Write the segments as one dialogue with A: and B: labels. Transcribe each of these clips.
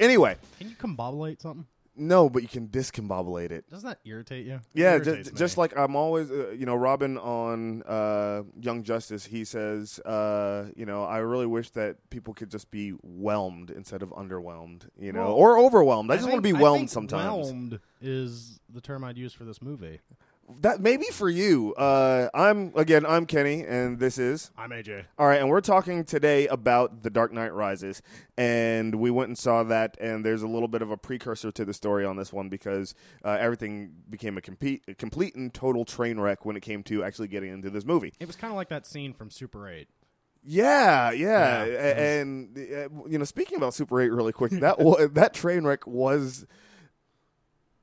A: Anyway,
B: Can you combobulate something?
A: no, but you can discombobulate it.
B: Doesn't that irritate you? It
A: Yeah,
B: irritates
A: just, just
B: me.
A: like I'm always, uh, you know, Robin on uh, Young Justice, he says, uh, you know, I really wish that people could just be whelmed instead of underwhelmed, you know,
B: Well,
A: or overwhelmed. I, just want to be
B: think- I
A: whelmed
B: think
A: sometimes.
B: Whelmed is the term I'd use for this movie.
A: That may be for you. Uh, I'm, again, I'm Kenny, and this is.
B: I'm AJ.
A: All right, and we're talking today about The Dark Knight Rises, and we went and saw that, and there's a little bit of a precursor to the story on this one because uh, everything became a, compete, a complete and total train wreck when it came to actually getting into this movie.
B: It was kind of like that scene from Super 8.
A: Yeah, yeah,
B: Yeah.
A: A- and uh, you know, speaking about Super Eight really quick, that wa- that train wreck was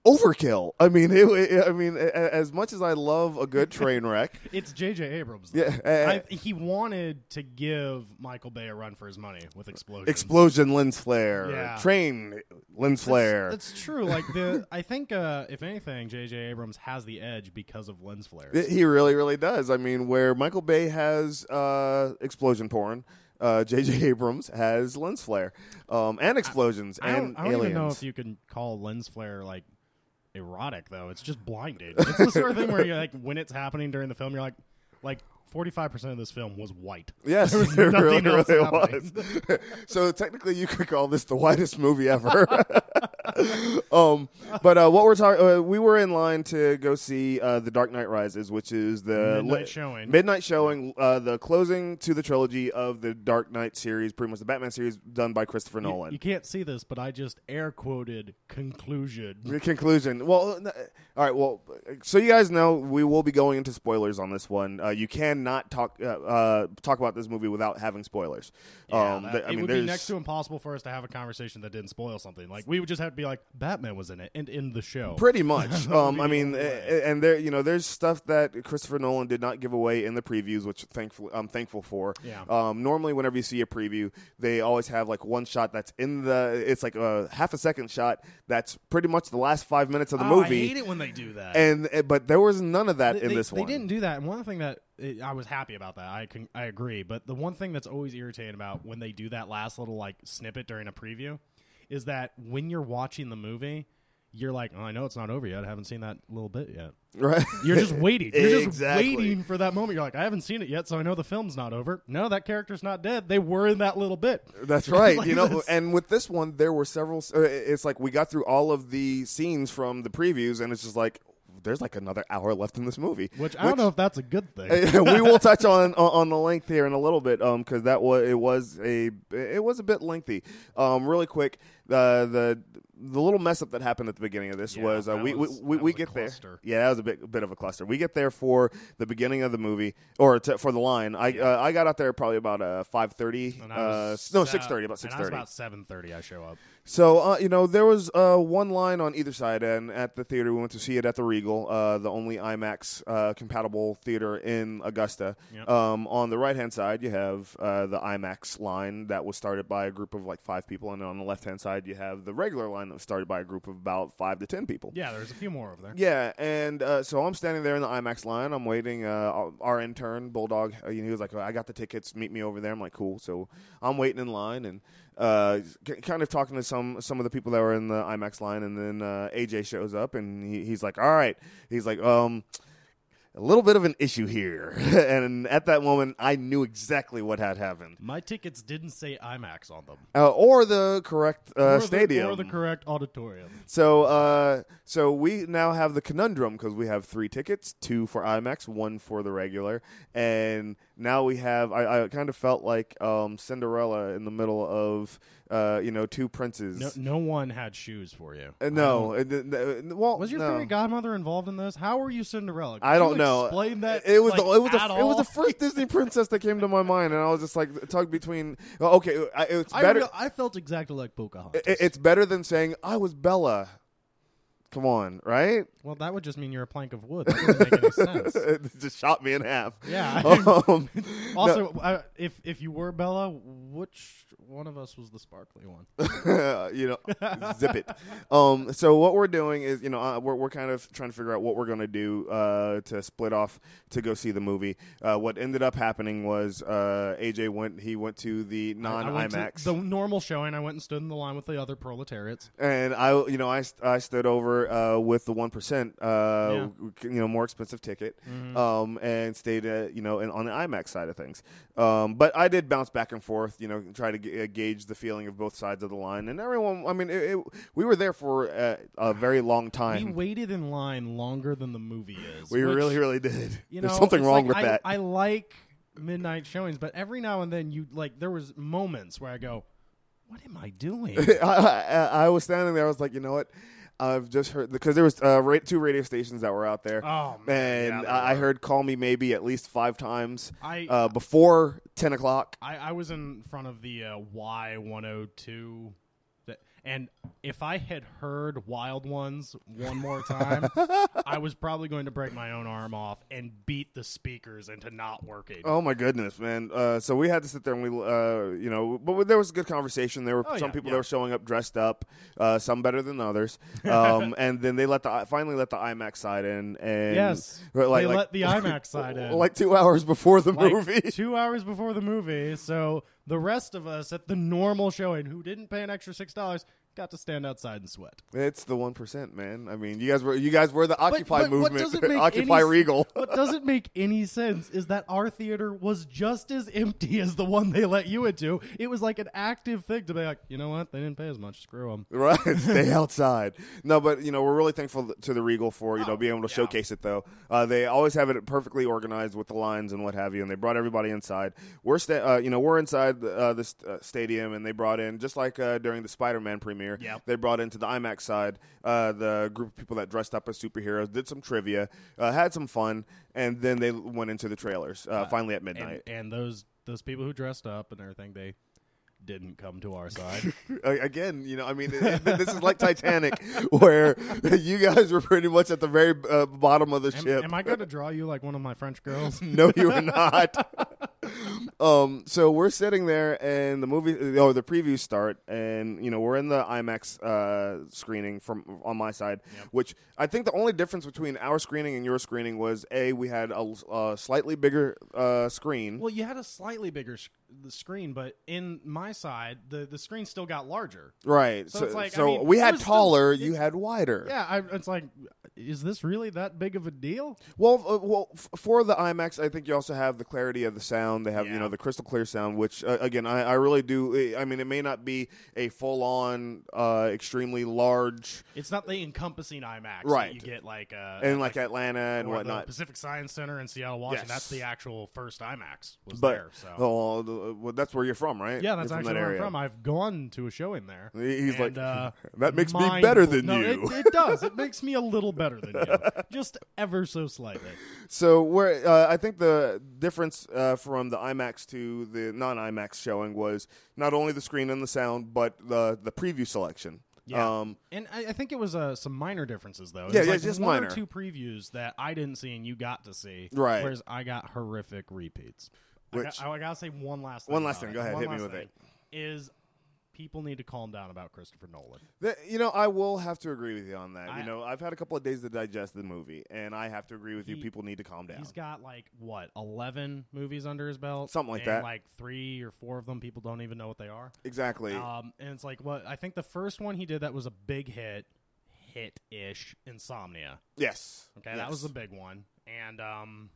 A: overkill. I mean, it, it- I mean, a- a- as much as I love a good train wreck,
B: It's J.J. Abrams. Though.
A: yeah, uh,
B: I, he wanted to give Michael Bay a run for his money with explosions.
A: explosion lens flare,
B: Yeah.
A: train lens flare.
B: That's, that's true. Like the, I think uh, if anything, J.J. Abrams has the edge because of lens flares.
A: It- he really, really does. I mean, where Michael Bay has uh, explosion porn, uh, J.J. Abrams has lens flare um, and explosions
B: I don't,
A: and
B: I don't
A: aliens.
B: even know if you can call lens flare like erotic though. It's just blinded. It's the sort of thing where you're like, when it's happening during the film, you're like, like. Forty-five percent of this film was white.
A: Yes,
B: there was
A: it
B: nothing
A: really,
B: else
A: really
B: happening.
A: was. so technically, you could call this the whitest movie ever. um, but uh, what we're talking, uh, we were in line to go see uh, The Dark Knight Rises, which is the
B: Midnight showing.
A: midnight showing, uh, the closing to the trilogy of the Dark Knight series, pretty much the Batman series done by Christopher
B: You-
A: Nolan.
B: You, can't see this, but I just air quoted conclusion.
A: Your conclusion. Well, uh, n- all right. Well, so you guys know we will be going into spoilers on this one. Uh, you cannot talk uh, uh, talk about this movie without having spoilers.
B: Yeah,
A: um,
B: that-
A: th- I
B: it
A: mean,
B: would
A: there's
B: be next to impossible for us to have a conversation that didn't spoil something. Like we would just have to be like, Batman was in it and in the show.
A: pretty much. um, I mean,
B: Right.
A: a- and there you know, there's stuff that Christopher Nolan did not give away in the previews, which thankfully I'm thankful for.
B: Yeah.
A: Um, normally, whenever you see a preview, they always have like one shot that's in the. It's like a half a second shot that's pretty much the last five minutes of the
B: Oh,
A: movie.
B: I hate it when they do that.
A: And uh, but there was none of that
B: they,
A: in
B: they-
A: this
B: they
A: one.
B: didn't do that. And one thing that it, I was happy about that. I can I agree. But the one thing that's always irritating about when they do that last little like snippet during a preview is that when you're watching the movie, you're like, oh, I know it's not over yet. I haven't seen that little bit yet.
A: right?
B: You're just waiting. You're just
A: Exactly.
B: waiting for that moment. You're like, I haven't seen it yet, so I know the film's not over. No, that character's not dead. They were in that little bit.
A: That's right.
B: Like
A: you know,
B: this.
A: and with this one, there were several. Uh, it's like we got through all of the scenes from the previews, and it's just like there's like another hour left in this movie.
B: Which I don't know if that's a good thing.
A: we will touch on on- on the length here in a little bit, um, because that was it was a it was a bit lengthy. Um, really quick, the the the little mess up that happened at the beginning of this
B: Yeah,
A: was, uh,
B: that
A: we,
B: was-
A: we we,
B: that
A: we
B: was a
A: get there.
B: cluster.
A: Yeah, that was a bit bit of a cluster. We get there for the beginning of the movie or to, for the line. I uh, I got out there probably about uh five thirty.
B: And I
A: Uh,
B: was
A: no,
B: set-
A: six thirty. About six
B: And I was
A: thirty.
B: about seven thirty. I show up.
A: So uh, you know there was uh, one line on either side, and at the theater we went to see it at the Regal, uh, the only IMAX uh, compatible theater in Augusta.
B: Yep.
A: Um, on the right hand side, you have uh, the IMAX line that was started by a group of like five people, and on the left hand side you have the regular line that was started by a group of about five to ten people.
B: Yeah, there's a few more over there.
A: Yeah, and uh, so I'm standing there in the IMAX line. I'm waiting. Uh, our intern Bulldog, uh, he was like, "I got the tickets. Meet me over there." I'm like, "Cool." So I'm waiting in line and uh, k- kind of talking to some some of the people that were in the IMAX line. And then uh, AJ shows up and he, he's like, "All right." He's like, "Um." A little bit of an issue here, and at that moment, I knew exactly what had happened,
B: My tickets didn't say IMAX on them.
A: uh, or the correct uh,
B: or
A: stadium,
B: the, or the correct auditorium.
A: So, uh, so we now have the conundrum because we have three tickets: two for IMAX, one for the regular, and now we have. I, I kind of felt like um, Cinderella in the middle of, uh, you know, two princes.
B: No, no one had shoes for you.
A: Uh, no, uh, th- th- well,
B: Was your
A: no.
B: fairy godmother involved in this? How were you Cinderella? Could
A: I
B: you
A: don't know.
B: Explain that.
A: It was
B: like,
A: the it was the,
B: at
A: it was the
B: all?
A: first Disney princess that came to my mind, and I was just like tug between. oh, Okay, uh, I, it's
B: I,
A: better.
B: real- I felt exactly like Pocahontas.
A: it, it's better than saying I was Bella. Come on, right?
B: Well, that would just mean you're a plank of wood. That doesn't make any sense.
A: It just shot me in half.
B: Yeah.
A: Um,
B: Also, uh, if if you were Bella, which one of us was the sparkly one?
A: you know, zip it. Um, so what we're doing is, you know, uh, we're we're kind of trying to figure out what we're going to do uh, to split off to go see the movie. Uh, what ended up happening was uh, AJ went. He went to the non
B: I went to
A: IMAX.
B: the normal showing. I went and stood in the line with the other proletariats.
A: and I, you know, I, st- I stood over uh, with the one percent, uh, you know, more expensive ticket,
B: Mm-hmm.
A: um, and stayed, uh, you know, in, on the IMAX side of things. Um, but I did bounce back and forth, you know, try to g- uh, gauge the feeling of both sides of the line, and everyone. I mean, it, it, we were there for uh, a very long
B: We
A: time.
B: waited in line longer than the movie is.
A: We
B: which,
A: really, really did.
B: you
A: There's
B: know,
A: something
B: it's
A: wrong
B: like,
A: with
B: I,
A: that.
B: I like midnight showings, but every now and then you like there was moments where I go, "What am I doing?"
A: I, I, I was standing there. I was like, you know what? I've just heard because there was uh, ra- two radio stations that were out there.
B: Oh, man,
A: and
B: yeah,
A: I, I
B: they were.
A: heard "Call Me Maybe" at least five times
B: I-
A: uh, before ten o'clock.
B: I, I was in front of the uh, Y one hundred two, and if I had heard Wild Ones one more time, I was probably going to break my own arm off and beat the speakers into not working.
A: Oh my goodness, man! Uh, so we had to sit there and we, uh, you know, but there was a good conversation. There were
B: Oh,
A: some
B: yeah,
A: people
B: yeah.
A: that were showing up dressed up, uh, some better than others, um, and then they let the finally let the IMAX side in, and
B: Yes,
A: like,
B: they
A: like-
B: let the IMAX side in.
A: like two hours before the
B: like
A: movie.
B: two hours before the movie. So the rest of us at the normal showing who didn't pay an extra six dollars got to stand outside and sweat.
A: It's the one percent, man. I mean, you guys were you guys were the Occupy
B: but what
A: movement,
B: doesn't make
A: Occupy
B: any-
A: Regal.
B: What doesn't make any sense is that our theater was just as empty as the one they let you into. It was like an active thing to be like, you know what? They didn't pay as much. Screw them.
A: Right, stay outside. No, but you know we're really thankful th- to the Regal for you know being able to
B: Oh, yeah.
A: showcase it. Though uh, they always have it perfectly organized with the lines and what have you, and they brought everybody inside. We're sta- uh, you know we're inside the, uh, this uh, stadium, and they brought in just like uh, during the Spider-Man premiere.
B: Yep.
A: they brought into the IMAX side uh, the group of people that dressed up as superheroes, did some trivia, uh, had some fun, and then they went into the trailers uh, finally at midnight.
B: And, and those those people who dressed up and everything, they didn't come to our side.
A: Uh, again, you know, I mean, it- it- this is like Titanic, where you guys were pretty much at the very uh, bottom of the
B: am,
A: ship.
B: am I going to draw you like one of my French girls?
A: no, you are not. um, so we're sitting there, and the movie or the previews start, and you know we're in the IMAX uh, screening from on my side, which I think the only difference between our screening and your screening was a we had a, uh slightly bigger uh, screen.
B: Well, you had a slightly bigger sh- the screen, but in my side, the, the screen still got larger.
A: Right,
B: so
A: so,
B: it's like, I
A: so
B: mean,
A: we
B: it
A: had
B: was still-
A: taller,
B: it-
A: you had wider.
B: Yeah, I, it's like, is this really that big of a deal?
A: Well, uh, well, f- for the IMAX, I think you also have the clarity of the sound. They have you
B: Yeah.
A: know the crystal clear sound, which uh, again, I, I really do. eh, I mean, it may not be a full on, uh, extremely large,
B: It's not the encompassing IMAX that
A: Right.
B: you get like uh,
A: and like Atlanta and
B: or the
A: whatnot.
B: Pacific Science Center in Seattle, Washington.
A: Yes.
B: That's the actual first IMAX was
A: But
B: there. So
A: oh, the- well, that's where you're from, right?
B: yeah, that's
A: You're
B: actually
A: that
B: where I'm
A: area.
B: from. I've gone to a show in there.
A: He's like,
B: and, uh,
A: that makes me
B: mind
A: better
B: blo-
A: than
B: No,
A: you.
B: It, it does. It makes me a little better than you, just ever so slightly.
A: So where uh, I think the difference uh, from the IMAX to the non-IMAX showing was not only the screen and the sound, but the the preview selection.
B: Yeah.
A: Um,
B: And I, I think it was uh, some minor differences though. It
A: Yeah,
B: was
A: yeah,
B: like
A: just
B: one or
A: minor.
B: two previews that I didn't see and you got to see.
A: Right.
B: Whereas I got horrific repeats. I,
A: Which-
B: got, oh, I, gotta say one last thing.
A: One last
B: about
A: thing.
B: it.
A: Go ahead.
B: One
A: Hit me
B: last
A: with
B: thing Is people need to calm down about Christopher Nolan.
A: Th you know, I will have to agree with you on that.
B: I-
A: you know, I've had a couple of days to digest the movie, and I have to agree with
B: He-
A: you. People need to calm down.
B: He's got like what eleven movies under his belt,
A: Something like
B: and,
A: that.
B: Like three or four of them, people don't even know what they are.
A: Exactly.
B: Um, and it's like what I think the first one he did that was a big hit, hit ish, Insomnia.
A: yes.
B: Okay, that was the
A: Yes.
B: big one, and um,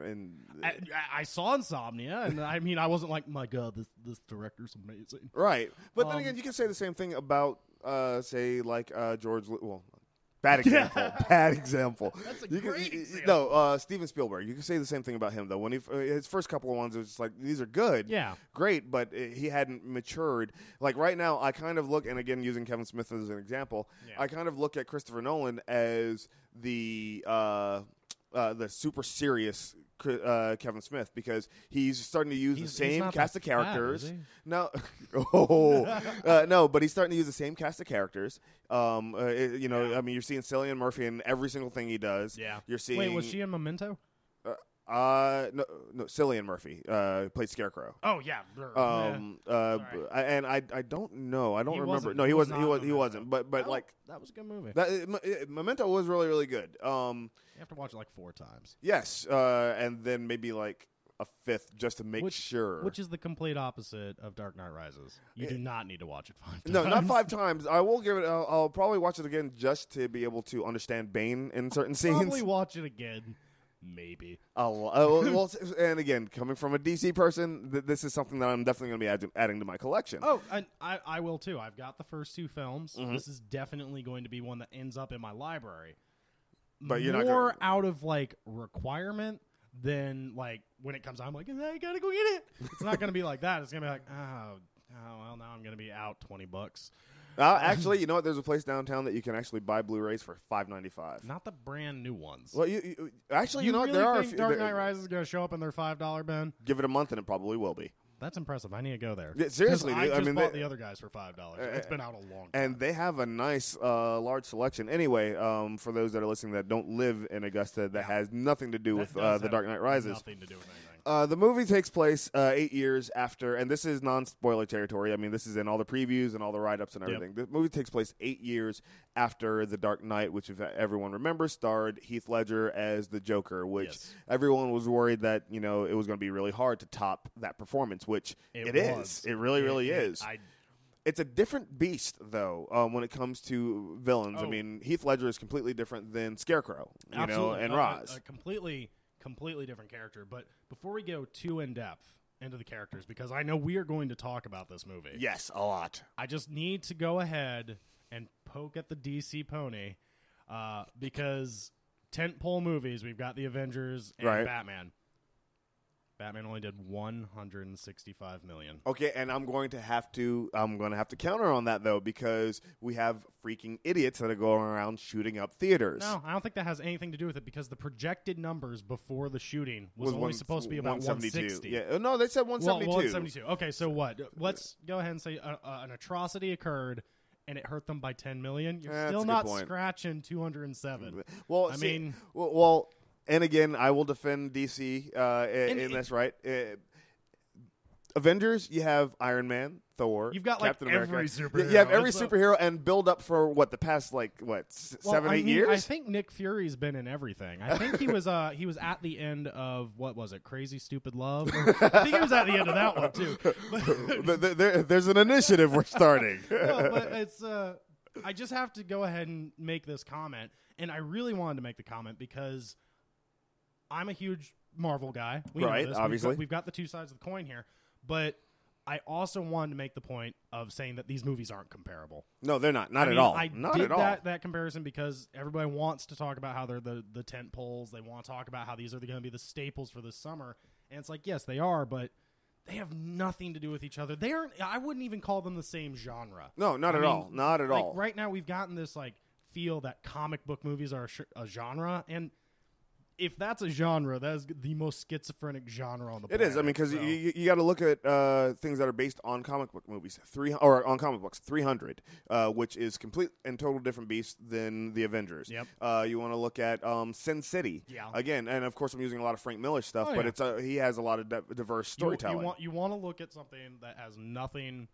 A: And, uh,
B: I, I- I saw Insomnia, and I mean, I wasn't like, my God, this this director's amazing.
A: right, but
B: Um,
A: then again, you can say the same thing about, uh, say, like uh, George. Lu- Well, bad example. Bad example.
B: That's a
A: You can- you-
B: great
A: you-
B: example.
A: No, uh, Steven Spielberg. You can say the same thing about him though. When he f- uh, his first couple of ones, it was just like these are good.
B: Yeah.
A: great, but uh, he hadn't matured. Like right now, I kind of look, and again, using Kevin Smith as an example,
B: Yeah.
A: I kind of look at Christopher Nolan as the uh, uh, the super serious uh, Kevin Smith because he's starting to use
B: He's-
A: the
B: he's
A: same
B: not
A: cast
B: that
A: of characters.
B: fat, is he?
A: No, oh, uh, no, but he's starting to use the same cast of characters. Um, uh, it- you know, I mean, you're seeing Cillian Murphy in every single thing he does.
B: Yeah.
A: you're seeing.
B: Wait, was she in Memento?
A: Uh, no, no, Cillian Murphy uh, played Scarecrow.
B: Oh yeah.
A: Um, uh,
B: Sorry.
A: I- and I, I don't know. I don't
B: He
A: remember.
B: wasn't-
A: No,
B: he
A: he
B: was
A: wasn't. He
B: not Oh.
A: was. He
B: Memento.
A: wasn't. But, but
B: That-
A: like
B: that was a good movie.
A: that, it, it- Memento was really, really good. Um,
B: you have to watch it like four times.
A: yes. Uh, and then maybe like a fifth just to make
B: Which-
A: sure.
B: Which is the complete opposite of Dark Knight Rises. You do not need to watch it five times.
A: Eh. no, not five times. I will give it. I'll, I'll probably watch it again just to be able to understand Bane in certain scenes.
B: Probably watch it again. Maybe.
A: A lo- uh, well, well, s- and again, coming from a DC person, th- this is something that I'm definitely going to be add- adding to my collection.
B: Oh, and I, I will too. I've got the first two films.
A: Mm-hmm.
B: This is definitely going to be one that ends up in my library.
A: But you're
B: More
A: not
B: out of like requirement than like when it comes out, I'm like, I gotta go get it. It's not gonna be like that. It's gonna be like, oh, oh well, now I'm gonna be out twenty bucks.
A: Uh, actually, you know what? There's a place downtown that you can actually buy Blu-rays for five ninety-five.
B: Not the brand new ones.
A: Well, you, you actually,
B: you,
A: you, know
B: really
A: what? There are a
B: think
A: few-
B: Dark
A: there-
B: Knight Rises is gonna show up in their five dollar bin?
A: Give it a month and it probably will be.
B: That's impressive. I need to go there.
A: Yeah, seriously,
B: 'Cause I
A: dude, I
B: just
A: mean,
B: bought
A: they- Uh,
B: the other guys for five dollars. it's been out a long time.
A: And they have a nice, uh, large selection. Anyway, um, for those that are listening that don't live in Augusta, that has nothing to do
B: That
A: with
B: does
A: uh, the
B: have
A: Dark Knight Rises.
B: Nothing to do with anything.
A: Uh, the movie takes place uh, eight years after, and this is non-spoiler territory. I mean, this is in all the previews and all the write-ups and
B: Yep.
A: everything. The movie takes place eight years after The Dark Knight, which, if everyone remembers, starred Heath Ledger as the Joker, which
B: Yes.
A: everyone was worried that you know it was going to be really hard to top that performance, which it is.
B: was.
A: It really, really
B: it-
A: is.
B: I
A: it's a different beast, though, um, when it comes to villains. I
B: Oh.
A: mean, Heath Ledger is completely different than Scarecrow, you
B: absolutely Oh,
A: know, and
B: a- a-
A: Roz.
B: a completely, completely different character. But before we go too in depth into the characters, because I know we are going to talk about this movie.
A: yes, a lot.
B: I just need to go ahead and poke at the DC pony, uh, because tentpole movies we've got the Avengers and
A: Right.
B: Batman. Batman only did 165 million.
A: Okay, and I'm going to have to I'm going to have to counter on that though because we have freaking idiots that are going around shooting up theaters.
B: No, I don't think that has anything to do with it because the projected numbers before the shooting was,
A: Was
B: only
A: one-
B: supposed to be about
A: 172.
B: 160.
A: Yeah, uh, no, they said
B: Well,
A: 172.
B: 172. Okay, so what? Let's go ahead and say uh, uh, an atrocity occurred and it hurt them by 10 million. You're
A: Yeah, that's
B: still
A: a good
B: not
A: point.
B: scratching 207.
A: Well,
B: I
A: see-
B: mean-
A: well, well, and again, I will defend DC uh, i- in,
B: And it-
A: this. Right, Uh, Avengers, you have Iron Man, Thor.
B: You've got, like,
A: Captain America.
B: every
A: You- You have
B: superhero.
A: every
B: It's a-
A: superhero, and build up for what the past like what s-
B: Well,
A: seven,
B: I
A: eight
B: mean,
A: years.
B: I think Nick Fury's been in everything. I think he was uh he was at the end of what was it? Crazy Stupid Love. I think he was at the end of that one too. But-
A: Th- th- there- there's an initiative we're starting.
B: no, but it's uh, I just have to go ahead and make this comment, and I really wanted to make the comment because I'm a huge Marvel guy. We know
A: Right,
B: this.
A: obviously.
B: we've got, we've got the two sides of the coin here, but I also wanted to make the point of saying that these movies aren't comparable.
A: No, they're not. Not
B: I
A: at
B: mean,
A: all.
B: I
A: not
B: did
A: at all.
B: That, that comparison because everybody wants to talk about how they're the the tent poles. They want to talk about how these are going to be the staples for this summer. And it's like, yes, they are, but they have nothing to do with each other. They aren't. I wouldn't even call them the same genre.
A: No, not
B: I
A: at
B: mean,
A: all. Not at
B: like,
A: all.
B: Right now, we've gotten this like feel that comic book movies are a, sh- a genre, and if that's a genre, that is the most schizophrenic genre on the
A: It
B: planet.
A: is. I mean, because
B: so-
A: you, you got to look at uh, things that are based on comic book movies, three or on comic books, three hundred, uh, which is complete and total different beast than the Avengers.
B: Yep.
A: Uh, you want to look at um, Sin City.
B: Yeah.
A: Again, and of course, I'm using a lot of Frank Miller stuff,
B: Oh,
A: but
B: yeah.
A: it's uh, he has a lot of di- diverse
B: You-
A: storytelling.
B: You, want you want to look at something that has nothing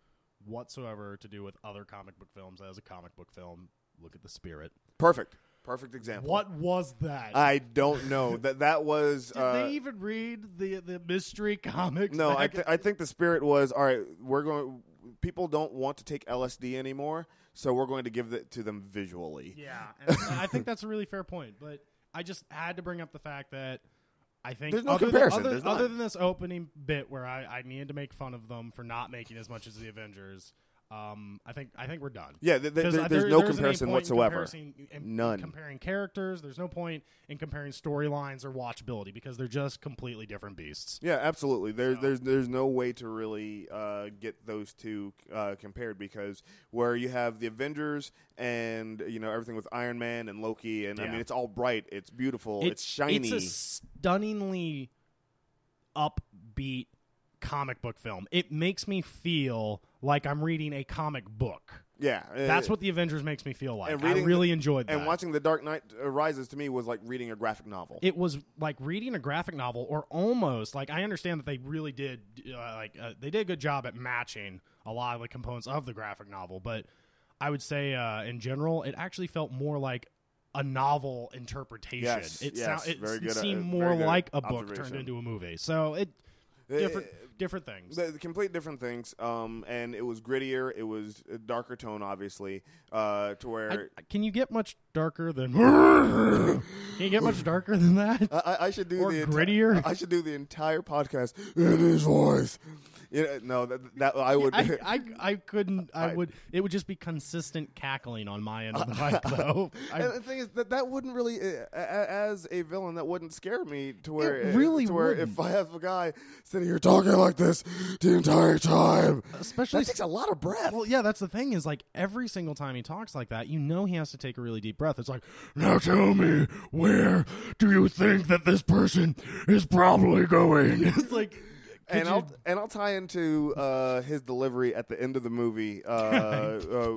B: whatsoever to do with other comic book films as a comic book film. Look at the Spirit.
A: Perfect. Perfect example.
B: What was that?
A: I don't know that that was.
B: Did
A: uh,
B: they even read the the mystery comics?
A: No, I,
B: back
A: th- I think the spirit was all right. We're going. People don't want to take LSD anymore, so we're going to give it to them visually.
B: Yeah, and uh, I think that's a really fair point. But I just had to bring up the fact that I think
A: There's no
B: other
A: comparison.
B: Than,
A: There's
B: other, other
A: none.
B: than this opening bit where I, I needed to make fun of them for not making as much as the Avengers, um, I think I think we're done.
A: Yeah, th- th-
B: 'Cause,
A: there-
B: uh,
A: there's
B: there-
A: no
B: isn't any
A: comparison
B: point in
A: whatsoever.
B: comparison- in
A: None.
B: Comparing characters, there's no point in comparing storylines or watchability because they're just completely different beasts.
A: Yeah, absolutely. There's there's there's no way to really uh, get those two uh, compared because where you have the Avengers and you know everything with Iron Man and Loki and I
B: Yeah.
A: mean it's all bright, it's beautiful, it's, shiny.
B: It's a stunningly upbeat comic book film. It makes me feel like I'm reading a comic book.
A: Yeah,
B: That's
A: Uh,
B: what the Avengers makes me feel like.
A: And reading
B: I
A: the-
B: really enjoyed that.
A: And watching The Dark Knight uh, Rises to me was like reading a graphic novel.
B: it was like reading a graphic novel or almost like I understand that they really did uh, like uh, they did a good job at matching a lot of the components of the graphic novel, but I would say uh, in general it actually felt more like a novel interpretation.
A: Yes,
B: it
A: yes,
B: sou- it
A: very
B: s-
A: good, uh,
B: seemed
A: very
B: more
A: good
B: like a book turned
A: observation.
B: into a movie. So it
A: Uh,
B: different different things.
A: The, the complete different things, um, and it was grittier. It was a darker tone, obviously, uh, to
B: I,
A: where
B: can you get much darker than? can you get much darker than that?
A: I, I, I should do
B: Or
A: the enti-
B: grittier?
A: I should do the entire podcast in his voice. You know, no, that, that I would.
B: I, I, I couldn't. I,
A: I-
B: would. It would just be consistent cackling on my end of the mic, though. I,
A: and the thing is that that wouldn't really, uh, a- a- as a villain, that wouldn't scare me to where eh,
B: It really
A: to where
B: wouldn't.
A: if I have a guy sitting here talking like this the entire time,
B: especially.
A: that takes a lot of breath.
B: well, yeah, that's the thing is like every single time he talks like that, you know he has to take a really deep breath. It's like, now tell me, where do you think that this person is probably going? it's like, could
A: and
B: you-
A: I'll and I'll tie into uh, his delivery at the end of the movie uh, uh,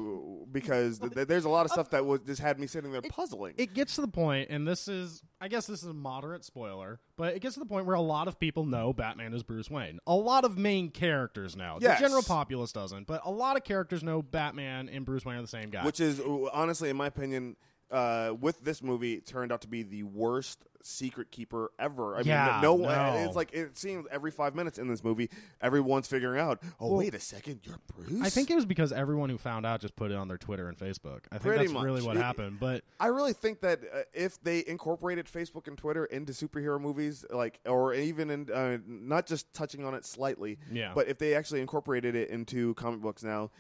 A: because th- th- there's a lot of stuff that was just had me sitting there puzzling.
B: it gets to the point, and this is, I guess this is a moderate spoiler, but it gets to the point where a lot of people know Batman is Bruce Wayne. A lot of main characters know.
A: Yes.
B: The general populace doesn't, but a lot of characters know Batman and Bruce Wayne are the same guy.
A: which is uh, honestly, in my opinion, uh, with this movie, it turned out to be the worst secret keeper ever. I
B: Yeah,
A: mean, no,
B: no.
A: It's like it seems every five minutes in this movie, everyone's figuring out. Oh, wait a second, you're Bruce.
B: I think it was because everyone who found out just put it on their Twitter and Facebook. I think
A: Pretty
B: that's really
A: much.
B: what
A: It-
B: happened. But
A: I really think that uh, if they incorporated Facebook and Twitter into superhero movies, like, or even in uh, not just touching on it slightly,
B: Yeah.
A: but if they actually incorporated it into comic books now,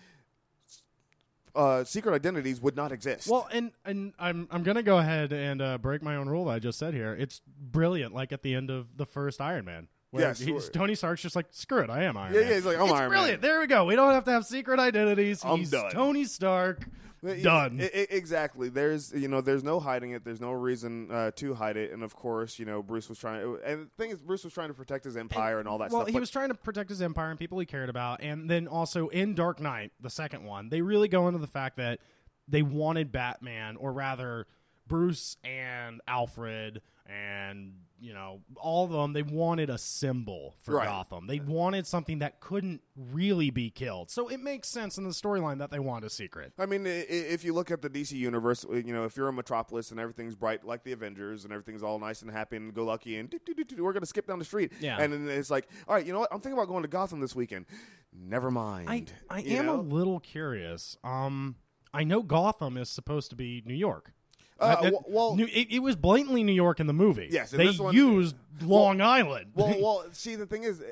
A: uh, secret identities would not exist.
B: Well, and and I'm I'm gonna go ahead and uh, break my own rule that I just said here. It's brilliant. Like at the end of the first Iron Man, where
A: Yes,
B: he's-
A: sure.
B: Tony Stark's just like, "Screw it, I am Iron
A: yeah,
B: Man."
A: yeah, he's like, I'm
B: it's
A: Iron Man.
B: brilliant. There we go. We don't have to have secret identities.
A: I'm
B: he's
A: done.
B: Tony Stark.
A: Well,
B: Done.
A: e- e- exactly. There's you know there's no hiding it. There's no reason uh, to hide it. And of course, you know Bruce was trying. uh, And the thing is, Bruce was trying to protect his empire and, all that
B: well,
A: stuff.
B: he
A: but
B: was trying to protect his empire and people he cared about, and then also in Dark Knight, the second one, they really go into the fact that they wanted Batman, or rather Bruce and Alfred, and you know all of them. They wanted a symbol for
A: Right.
B: Gotham. They wanted something that couldn't really be killed. So it makes sense in the storyline that they want a secret.
A: I mean, i- i- if you look at the DC universe, uh, you know, if you're a metropolis and everything's bright like the Avengers and everything's all nice and happy and go lucky and do, do, do, do, we're going to skip down the street.
B: Yeah.
A: And then it's like, all right, you know what? I'm thinking about going to Gotham this weekend. Never
B: I,
A: mind.
B: I
A: You
B: am a
A: know?
B: little curious. Um, I know Gotham is supposed to be New York.
A: Uh,
B: That-
A: w- well-
B: New- it, it was blatantly New York in the movie.
A: Yes, in
B: they
A: this one-
B: used Long Island.
A: well, well, see, the thing is,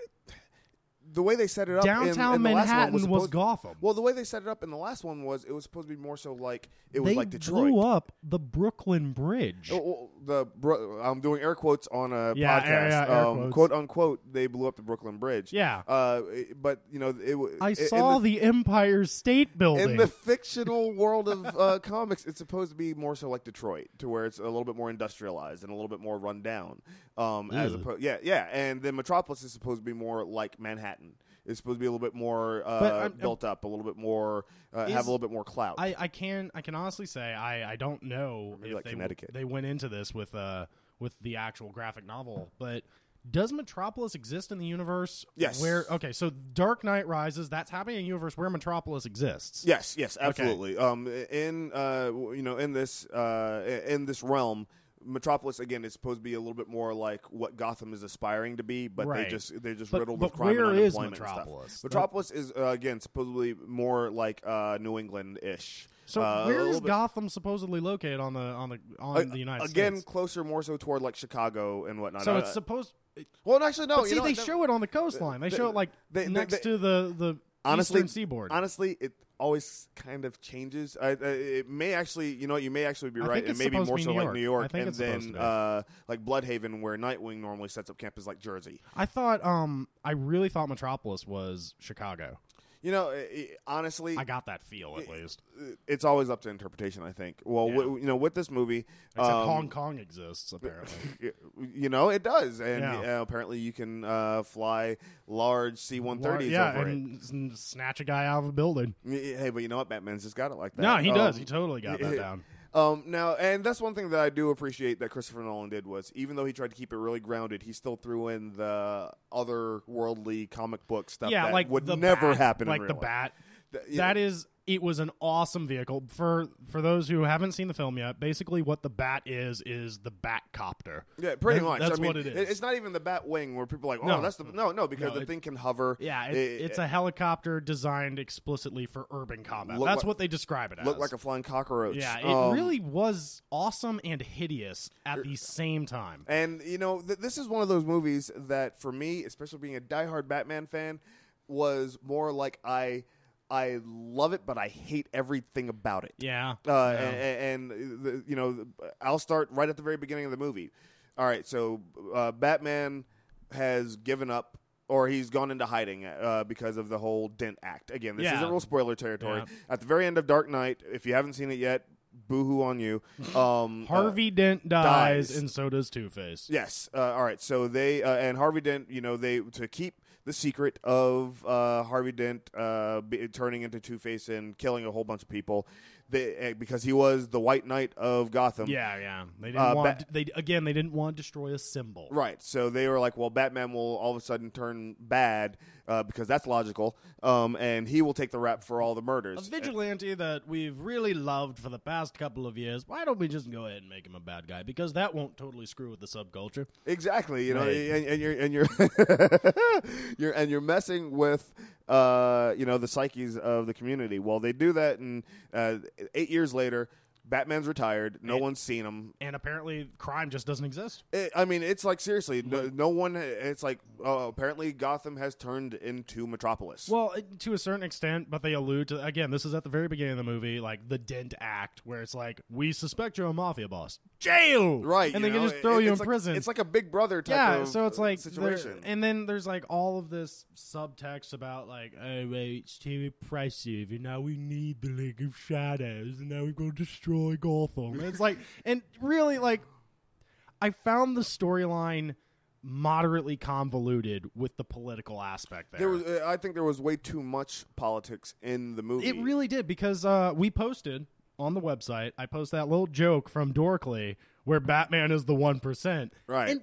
A: the way they set it up in-
B: Downtown
A: in the last one
B: Manhattan was,
A: supposed-
B: Gotham.
A: Well, the way they set it up in the last one was it was supposed to be more so like it was
B: they
A: like Detroit.
B: blew up the Brooklyn Bridge.
A: Oh, oh, the bro- I'm doing air quotes on a
B: Yeah,
A: podcast.
B: yeah, yeah, air
A: um,
B: quotes.
A: Quote unquote, they blew up the Brooklyn Bridge.
B: Yeah.
A: Uh, it- but you know, it, w-
B: I
A: in
B: saw
A: the,
B: the, Empire State Building.
A: in the fictional world of uh, comics, it's supposed to be more so like Detroit, to where it's a little bit more industrialized and a little bit more rundown. Um, as
B: Ugh.
A: opposed, yeah, yeah, and then Metropolis is supposed to be more like Manhattan. It's supposed to be a little bit more
B: But
A: uh,
B: I'm-
A: built up, a little bit more uh,
B: Is-
A: have a little bit more clout.
B: I, I can I can honestly say I, I don't know
A: Maybe
B: if
A: like
B: they,
A: Connecticut.
B: they went into this with uh with the actual graphic novel, but does Metropolis exist in the universe?
A: Yes.
B: Where okay, so Dark Knight Rises that's happening in a universe where Metropolis exists.
A: Yes, yes, absolutely. Um, in uh, w- you know, in this uh, in this realm, Metropolis again is supposed to be a little bit more like what Gotham is aspiring to be, but
B: Right.
A: they just they're just
B: But-
A: riddled
B: but
A: with crime
B: where
A: and
B: is
A: unemployment and
B: Metropolis?
A: stuff. Metropolis is uh, again supposedly more like uh, New England ish.
B: So
A: uh, a
B: where
A: little
B: is
A: bit-
B: Gotham supposedly located on the on the on
A: uh,
B: the United
A: again
B: States?
A: closer more so toward like Chicago and whatnot.
B: So
A: Uh,
B: it's supposed.
A: well, actually no.
B: But
A: Oh, you
B: see,
A: know
B: they
A: what?
B: show it on the coastline. They,
A: they-
B: show it like
A: they- they-
B: next
A: they-
B: to the the
A: honestly,
B: eastern seaboard.
A: Honestly, it always kind of changes. I, I, it may actually, you know, you may actually be
B: I
A: right.
B: think
A: It
B: it's
A: may be
B: supposed to
A: more
B: be
A: so
B: New
A: like
B: York.
A: New York,
B: I think
A: and
B: it's supposed
A: then
B: to be.
A: uh, like Bloodhaven, where Nightwing normally sets up camp, is like Jersey.
B: I thought um I really thought Metropolis was Chicago.
A: You know, i i- honestly,
B: I got that feel at least.
A: it's always up to interpretation. I think. Well,
B: Yeah.
A: w- you know, with this movie,
B: Except
A: um,
B: Hong Kong exists apparently.
A: you know, it does, and
B: Yeah.
A: uh, apparently you can uh, fly large C one
B: Lar-
A: thirties
B: yeah,
A: over
B: and s- snatch a guy out of a building.
A: it. Hey, but you know what? Batman's just got it like that.
B: No, he
A: Um,
B: does. He totally got that down.
A: Um, now, and that's one thing that I do appreciate that Christopher Nolan did was, even though he tried to keep it really grounded, he still threw in the otherworldly comic book stuff.
B: Yeah,
A: that
B: like
A: would
B: the
A: never
B: bat,
A: happen. in
B: Like
A: real
B: the
A: life.
B: bat.
A: Th- yeah,
B: That is. It was an awesome vehicle for for those who haven't seen the film yet. Basically, what the bat is is the bat copter.
A: yeah, pretty
B: That-
A: much.
B: That's
A: I mean,
B: what it is.
A: It's not even the bat wing where people are like, oh,
B: No.
A: that's the no, no, because
B: No,
A: the
B: it-
A: thing can hover.
B: yeah, it,
A: It-
B: it's a helicopter designed explicitly for urban combat.
A: Look
B: That's
A: like-
B: what they describe it as.
A: look like a flying cockroach.
B: yeah, it
A: Um, er,
B: really was awesome and hideous at the same time.
A: And you know, th- this is one of those movies that, for me, especially being a diehard Batman fan, was more like I, I love it, but I hate everything about it.
B: Yeah,
A: Uh,
B: Yeah.
A: and, and the, you know, I'll start right at the very beginning of the movie. All right, so uh, Batman has given up. Or he's gone into hiding uh, because of the whole Dent Act. Again, this
B: Yeah.
A: isn't real spoiler territory.
B: Yeah.
A: At the very end of Dark Knight, if you haven't seen it yet, boohoo on you. Um, uh,
B: Harvey Dent dies,
A: dies.
B: and so does Two Face.
A: Yes. Uh, all right. So they uh, and Harvey Dent, you know, they to keep the secret of uh, Harvey Dent uh, be, turning into Two Face and killing a whole bunch of people, they, uh, because he was the White Knight of Gotham.
B: Yeah, yeah. They didn't
A: Uh,
B: want.
A: Bat-
B: they again. They didn't want to destroy a symbol.
A: Right. So they were like, well, Batman will all of a sudden turn bad uh, because that's logical, um, and he will take the rap for all the
B: A
A: murders.
B: vigilante that we've really loved for the past couple of years. Why don't we just go ahead and make him a bad guy? Because that won't totally screw with the subculture.
A: Exactly, you know,
B: Right.
A: and, and you're and you're you're and you're messing with uh, you know the psyches of the community. Well, they do that, and uh, eight years later, Batman's retired. No
B: It-
A: one's seen him.
B: And apparently, crime just doesn't exist.
A: It, I mean, it's like seriously, no, no one. It's like oh, apparently Gotham has turned into Metropolis.
B: Well, it- to a certain extent, but they allude to again. This is at the very beginning of the movie, like the Dent Act, where it's like we suspect you're a mafia boss, jail,
A: right,
B: And
A: you
B: they can
A: know,
B: just throw
A: it-
B: you in
A: it's like-
B: prison.
A: It's like a Big Brother type.
B: yeah,
A: of,
B: so it's
A: uh,
B: like there-
A: situation.
B: and then there's like all of this subtext about like, oh wait, it's too oppressive, and now we need the League of Shadows, and now we're going to destroy Gotham. it's like, and really like, I found the storyline moderately convoluted with the political aspect there.
A: there was, uh, I think there was way too much politics in the movie.
B: It really did because uh, we posted on the website. I post that little joke from Dorkley where Batman is the one percent.
A: Right.
B: And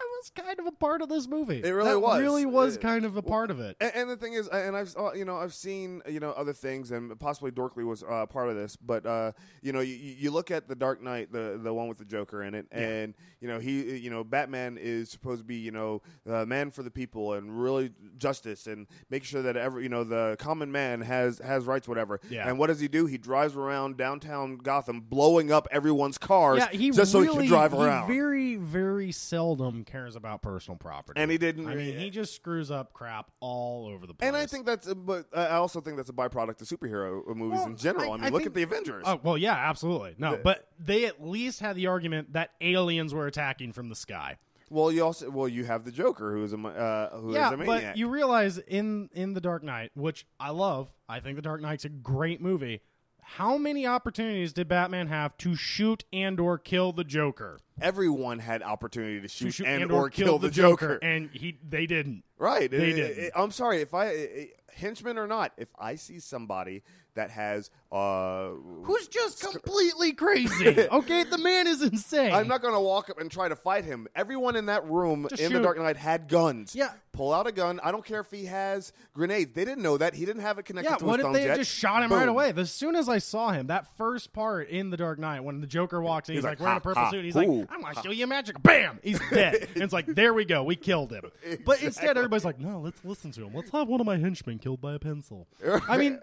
B: that was kind of a part of this movie.
A: It really
B: That
A: was.
B: Really was
A: Uh,
B: kind of a part of it.
A: And, and the thing is, and I've uh, you know I've seen you know other things, and possibly Dorkley was uh, part of this, but uh, you know you, you look at the Dark Knight, the the one with the Joker in it, and you know he you know Batman is supposed to be you know the man for the people and really justice and make sure that every you know the common man has has rights whatever.
B: Yeah.
A: And what does he do? He drives around downtown Gotham, blowing up everyone's cars,
B: Yeah, he
A: just
B: really,
A: so he can drive
B: he
A: around.
B: very, very seldom cares about personal property.
A: and he didn't.
B: I mean, he just screws up crap all over the place.
A: and I think that's, but uh, I also think that's a byproduct of superhero uh, movies
B: Well,
A: in general.
B: I-
A: I mean,
B: I
A: look
B: think-
A: at the Avengers.
B: Oh well, yeah, absolutely. No, but they at least had the argument that aliens were attacking from the sky.
A: Well, you also well you have the Joker who is a ma- uh, who is
B: yeah,
A: a maniac.
B: but you realize in in the Dark Knight, which I love, I think the Dark Knight's a great movie. How many opportunities did Batman have to shoot and or kill the Joker?
A: Everyone had opportunity to shoot,
B: To shoot
A: and, or kill, the Joker.
B: and he they didn't.
A: right?
B: They
A: It- it-
B: didn't.
A: I'm sorry if I i henchman or not. If I see somebody that has, uh,
B: Who's just completely crazy? okay, the man is insane.
A: I'm not going to walk up and try to fight him. Everyone in that room
B: Just
A: in
B: shoot.
A: the Dark Knight had guns.
B: Yeah.
A: pull out a gun. I don't care if he has grenades. They didn't know that. He didn't have it connected
B: yeah,
A: to his
B: what if
A: thumbs
B: they
A: yet.
B: had just shot him right
A: Boom.
B: away? As soon as I saw him, that first part in The Dark Knight, when the Joker walks in, he's,
A: He's
B: like,
A: like,
B: wearing
A: "Ha,
B: a purple
A: ha,
B: suit, and he's
A: ooh,
B: like, I'm going to show you magic. Bam! He's dead. and it's like, there we go. We killed him. But instead, everybody's like, no, let's listen to him. Let's have one of my henchmen killed by a pencil. I mean,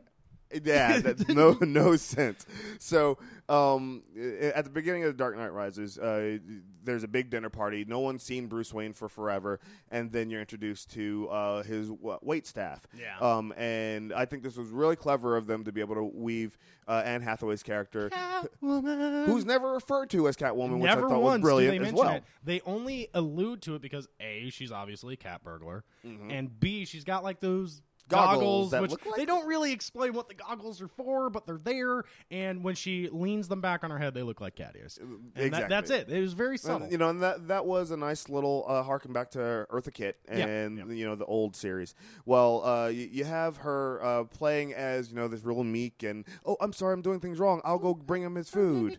A: Yeah, that, no, no sense. So, um, i- at the beginning of The Dark Knight Rises, uh, there's a big dinner party. No one's seen Bruce Wayne for forever, and then you're introduced to uh, his w- wait staff.
B: Yeah.
A: Um, and I think this was really clever of them to be able to weave uh, Anne Hathaway's character,
B: "Ah,
A: who's never referred to as Catwoman, which I
B: never
A: thought was
B: once
A: brilliant
B: do they
A: as
B: mention
A: well.
B: it. They only allude to it because A, she's obviously a cat burglar, and B, she's got like those
A: Mm-hmm. Goggles
B: goggles,
A: that
B: which
A: look like-
B: they don't really explain what the goggles are for, but they're there. And when she leans them back on her head, they look like cat ears. And that-
A: Exactly.
B: that's it. It was very subtle.
A: And, you know, and that that was a nice little uh, harken back to Eartha Kitt
B: Yeah,
A: and
B: yeah.
A: you know the old series. Well, uh, you, you have her uh, playing as you know this real meek and oh, I'm sorry, I'm doing things wrong. I'll go bring him his food.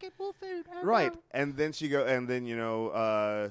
A: Right, and then she go, and then you know, uh,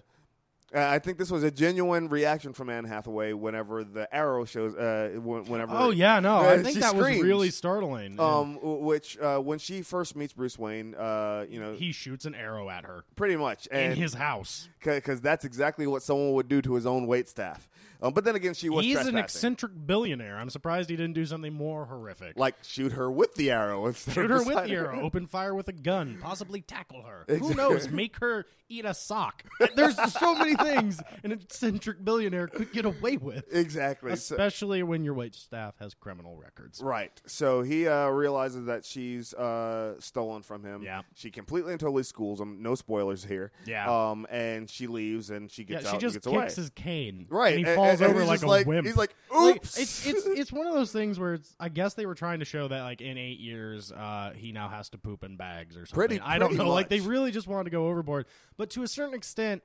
A: I think this was a genuine reaction from Anne Hathaway whenever the arrow shows. Uh, wh- whenever
B: Oh yeah, no,
A: Uh,
B: I think
A: she
B: that was
A: screams.
B: really startling.
A: Um, w- which uh, when she first meets Bruce Wayne, uh, you know,
B: And he shoots an arrow at her
A: pretty much,
B: in
A: and
B: his house.
A: because that's exactly what someone would do to his own wait staff. Um, but then again, she was
B: He's an
A: trespassing.
B: eccentric billionaire. I'm surprised he didn't do something more horrific.
A: like shoot her with the arrow instead
B: Shoot
A: of
B: her with
A: beside
B: the arrow, open fire with a gun, possibly tackle her. Who knows? Make her eat a sock. There's so many things an eccentric billionaire could get away with,
A: Exactly. So-
B: especially when your wait staff has criminal records.
A: Right. So he uh, realizes that she's uh, stolen from him.
B: Yeah.
A: She completely and totally schools him. No spoilers here.
B: Yeah.
A: Um, and she leaves and she
B: Yeah,
A: gets out
B: she just
A: and
B: kicks
A: gets away.
B: his cane.
A: right.
B: and he
A: and-
B: falls
A: and- and
B: over
A: he's
B: like
A: just
B: a wimp.
A: He's like,
B: Like,
A: oops.
B: it's it's it's one of those things where it's I guess they were trying to show that like in eight years uh, he now has to poop in bags or something.
A: Pretty-
B: I don't
A: pretty
B: know. Like they
A: much.
B: really just wanted to go overboard, but to a certain extent,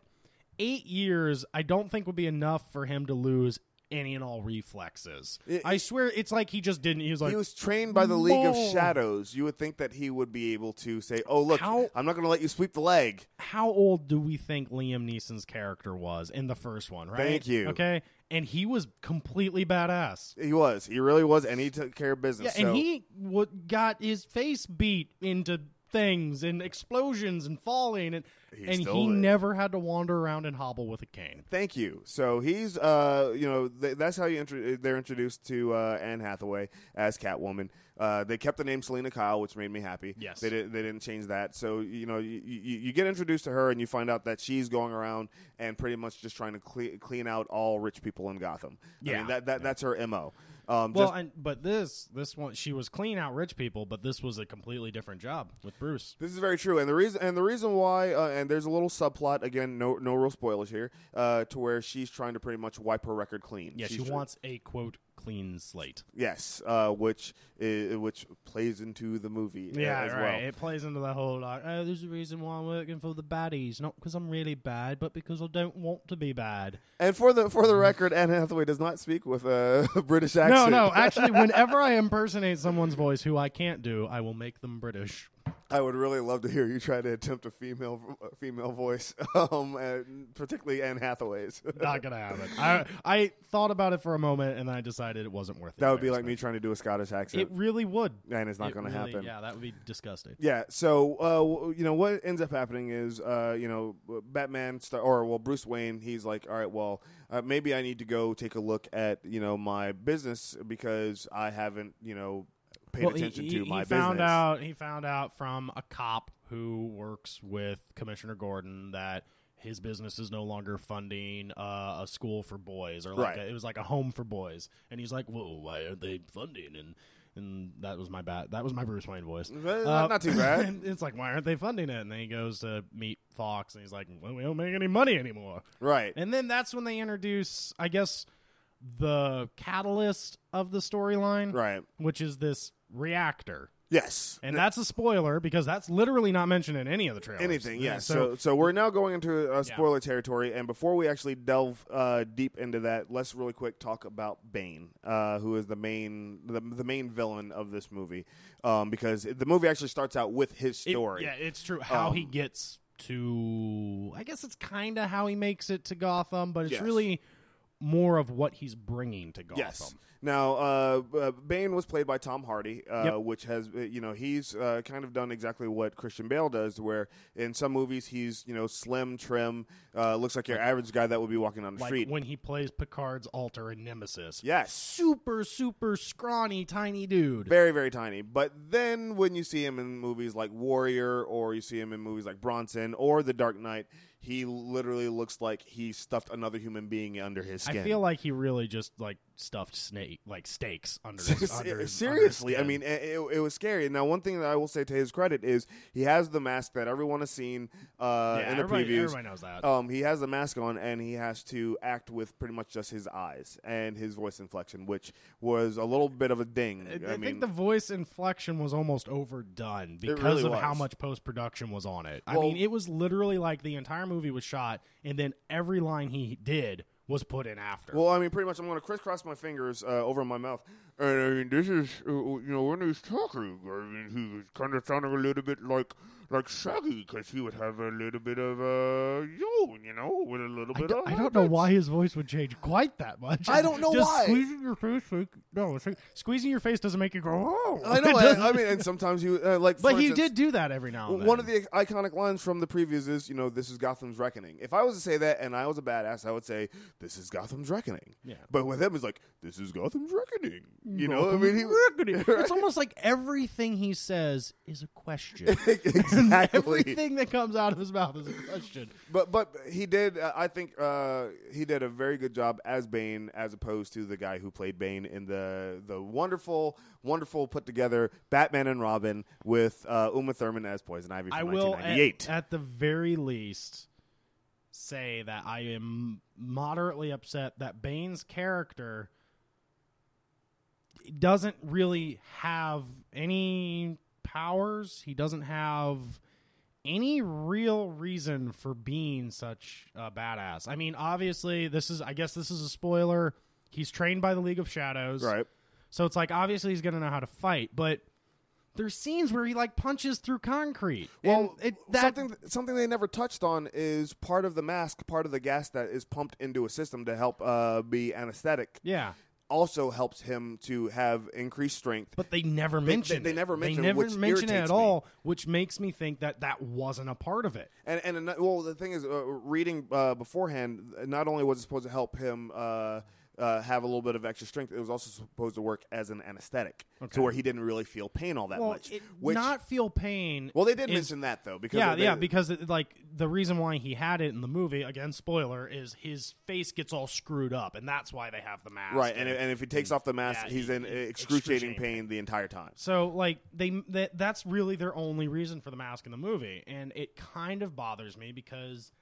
B: eight years I don't think would be enough for him to lose any and all reflexes.
A: It-
B: I swear it's like he just didn't. He was like,
A: he was trained by the League of
B: Whoa.
A: Shadows. You would think that he would be able to say, "Oh, look,
B: How-
A: I'm not going to let you sweep the leg."
B: how old do we think Liam Neeson's character was in the first one? Right?
A: Thank you.
B: Okay, and he was completely badass.
A: He was. He really was, and he took care of
B: Yeah,
A: business. so,
B: and he w- got his face beat into things and explosions and falling, and
A: He
B: and
A: still
B: he
A: did.
B: never had to wander around and hobble with a cane.
A: Thank you. So he's, uh, you know, th- that's how you intro- they're introduced to uh, Anne Hathaway as Catwoman. Uh, they kept the name Selena Kyle, which made me happy.
B: Yes.
A: they didn't. They didn't change that. So you know, you, you, you get introduced to her, and you find out that she's going around and pretty much just trying to cle- clean out all rich people in Gotham. I
B: Yeah.
A: mean, that, that that's her mo. Um,
B: Well,
A: just-
B: and but this this one she was clean out rich people, but this was a completely different job with Bruce.
A: This is very true, and the reason and the reason why, uh, and there's a little subplot again, no no real spoilers here, uh, to where she's trying to pretty much wipe her record clean.
B: Yeah, she
A: She's tr-
B: wants a quote clean slate.
A: yes, uh, which i which plays into the movie, a-
B: Yeah,
A: as
B: right.
A: well.
B: It plays into the whole like, oh, there's a reason why I'm working for the baddies, not because I'm really bad, but because I don't want to be bad.
A: And for the for the record, Anne Hathaway does not speak with a British accent.
B: No, no. Actually, whenever I impersonate someone's voice who I can't do, I will make them British.
A: I would really love to hear you try to attempt a female uh, female voice, um, and particularly Anne Hathaway's.
B: Not gonna happen. I I thought about it for a moment and then I decided it wasn't worth it.
A: That would be like me trying to do a Scottish accent,
B: It really would.
A: and it's not
B: It
A: going to
B: really-
A: happen.
B: Yeah, that would be disgusting.
A: Yeah, so uh, w- you know what ends up happening is uh, you know Batman star- or well Bruce Wayne he's like all right well uh, maybe I need to go take a look at you know my business because I haven't you know paid
B: Well, he-
A: attention
B: he,
A: to
B: he
A: my
B: found
A: business.
B: out he found out from a cop who works with Commissioner Gordon that his business is no longer funding uh, a school for boys or like
A: Right.
B: a, it was like a home for boys, and he's like, "Whoa, why aren't they funding?" and and that was my bat. That was my Bruce Wayne voice.
A: Well, Uh, not- not too
B: uh,
A: bad.
B: and it's like, why aren't they funding it? And then he goes to meet Fox, and he's like, "Well, we don't make any money anymore."
A: right
B: And then that's when they introduce, I guess, the catalyst of the storyline,
A: right
B: which is this reactor.
A: yes
B: And that's a spoiler because that's literally not mentioned in any of the trailers.
A: anything
B: Yeah,
A: yes so, so we're now going into uh, spoiler territory and before we actually delve uh, deep into that let's really quick talk about Bane uh, who is the main the, the main villain of this movie um, because the movie actually starts out with his
B: it-
A: story
B: yeah, it's true. How
A: Um,
B: he gets to, I guess it's kind of how he makes it to Gotham, but it's
A: Yes.
B: really more of what he's bringing to Gotham.
A: Yes. Now, uh, uh, Bane was played by Tom Hardy, uh,
B: Yep.
A: which has uh, you know he's uh, kind of done exactly what Christian Bale does, where in some movies he's you know slim, trim, uh, looks like your average guy that would be walking on the
B: Like
A: street.
B: when he plays Picard's altar in Nemesis.
A: yes.
B: Super, super scrawny, tiny dude.
A: Very, very tiny. But then when you see him in movies like Warrior or you see him in movies like Bronson or The Dark Knight, he literally looks like he stuffed another human being under his skin.
B: I feel like he really just like stuffed sna- stake, like stakes under. his-
A: Seriously,
B: under his- under his
A: seriously, I
B: skin.
A: mean, it, it, it was scary. Now, one thing that I will say to his credit is he has the mask that everyone has seen uh,
B: yeah,
A: in the
B: everybody,
A: previews.
B: everybody knows that.
A: Um, he has the mask on and he has to act with pretty much just his eyes and his voice inflection, which was a little bit of a ding.
B: Uh, I,
A: I,
B: I
A: mean,
B: think the voice inflection was almost overdone because
A: really
B: of how
A: was.
B: much post production was on it. I
A: Well-
B: mean, it was literally like the entire movie was shot, and then every line he did was put in after.
A: well, I mean, pretty much, I'm going to crisscross my fingers uh, over my mouth. And I mean, this is, uh, you know, when he's talking, I mean, he was kind of sounding a little bit like like Shaggy because he would have a little bit of uh, yo, you know, with a little
B: I,
A: bit
B: d-
A: of.
B: I don't know why his voice would change quite that much.
A: I don't know
B: Just
A: why.
B: Squeezing your face, like, no, it's like- squeezing your face doesn't make you go. Oh,
A: I know.
B: It doesn't.
A: I, I mean, and sometimes you uh, like,
B: but
A: for
B: he
A: instance,
B: did do that every now and then.
A: One of the iconic lines from the previews is, you know, this is Gotham's reckoning. If I was to say that and I was a badass, I would say, this is Gotham's reckoning.
B: Yeah. Mm,
A: But with him, it's like, this is Gotham's reckoning. You know, I mean, he,
B: It's almost like everything he says is a question.
A: exactly.
B: everything that comes out of his mouth is a question.
A: But but he did. Uh, I think uh, he did a very good job as Bane, as opposed to the guy who played Bane in the the wonderful, wonderful put together Batman and Robin with uh, Uma Thurman as Poison Ivy from
B: I will, at,
A: 1998.
B: at the very least, say that I am moderately upset that Bane's character doesn't really have any powers. He doesn't have any real reason for being such a badass. I mean, obviously, this is, I guess, this is a spoiler. He's trained by the League of Shadows.
A: right.
B: So it's like obviously he's gonna know how to fight, but there's scenes where he like punches through concrete.
A: Well,
B: and it, that
A: something something they never touched on is part of the mask, part of the gas that is pumped into a system to help uh, be anesthetic.
B: yeah,
A: Also helps him to have increased strength.
B: but they never mention.
A: they
B: it.
A: never mention it,
B: They never
A: which
B: mention it at
A: irritates me.
B: all, which makes me think that that wasn't a part of it.
A: And and ano- well, the thing is, uh, reading uh, beforehand, not only was it supposed to help him. Uh, uh, have a little bit of extra strength. It was also supposed to work as an anesthetic, to where he didn't really feel pain all that
B: well,
A: much.
B: it,
A: which,
B: not feel pain.
A: well, they did
B: is-
A: mention that though, because
B: Yeah,
A: they-
B: yeah,
A: they-
B: because it, like the reason why he had it in the movie again, spoiler, is his face gets all screwed up, and that's why they have the mask.
A: right, and, and if he takes off the mask,
B: Mm. yeah,
A: he's
B: he-
A: in
B: he-
A: excruciating
B: excruciating
A: pain the entire time.
B: So like they that, that's really their only reason for the mask in the movie and it kind of bothers me because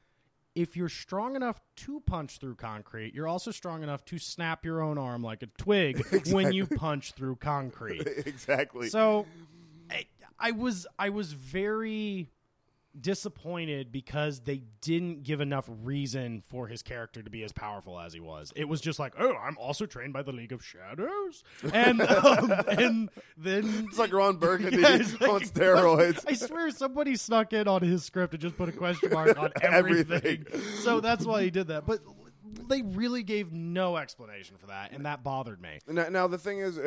B: if you're strong enough to punch through concrete, you're also strong enough to snap your own arm like a twig when you punch through concrete.
A: exactly.
B: So I, I was I was very disappointed because they didn't give enough reason for his character to be as powerful as he was. It was just like, oh, I'm also trained by the League of Shadows, and um, and then
A: It's like Ron Burgundy
B: Yeah, it's like
A: on
B: a
A: steroids.
B: I swear somebody snuck in on his script and just put a question mark on everything.
A: Everything.
B: So that's why he did that. But they really gave no explanation for that, and that bothered me.
A: Now, now the thing is, uh,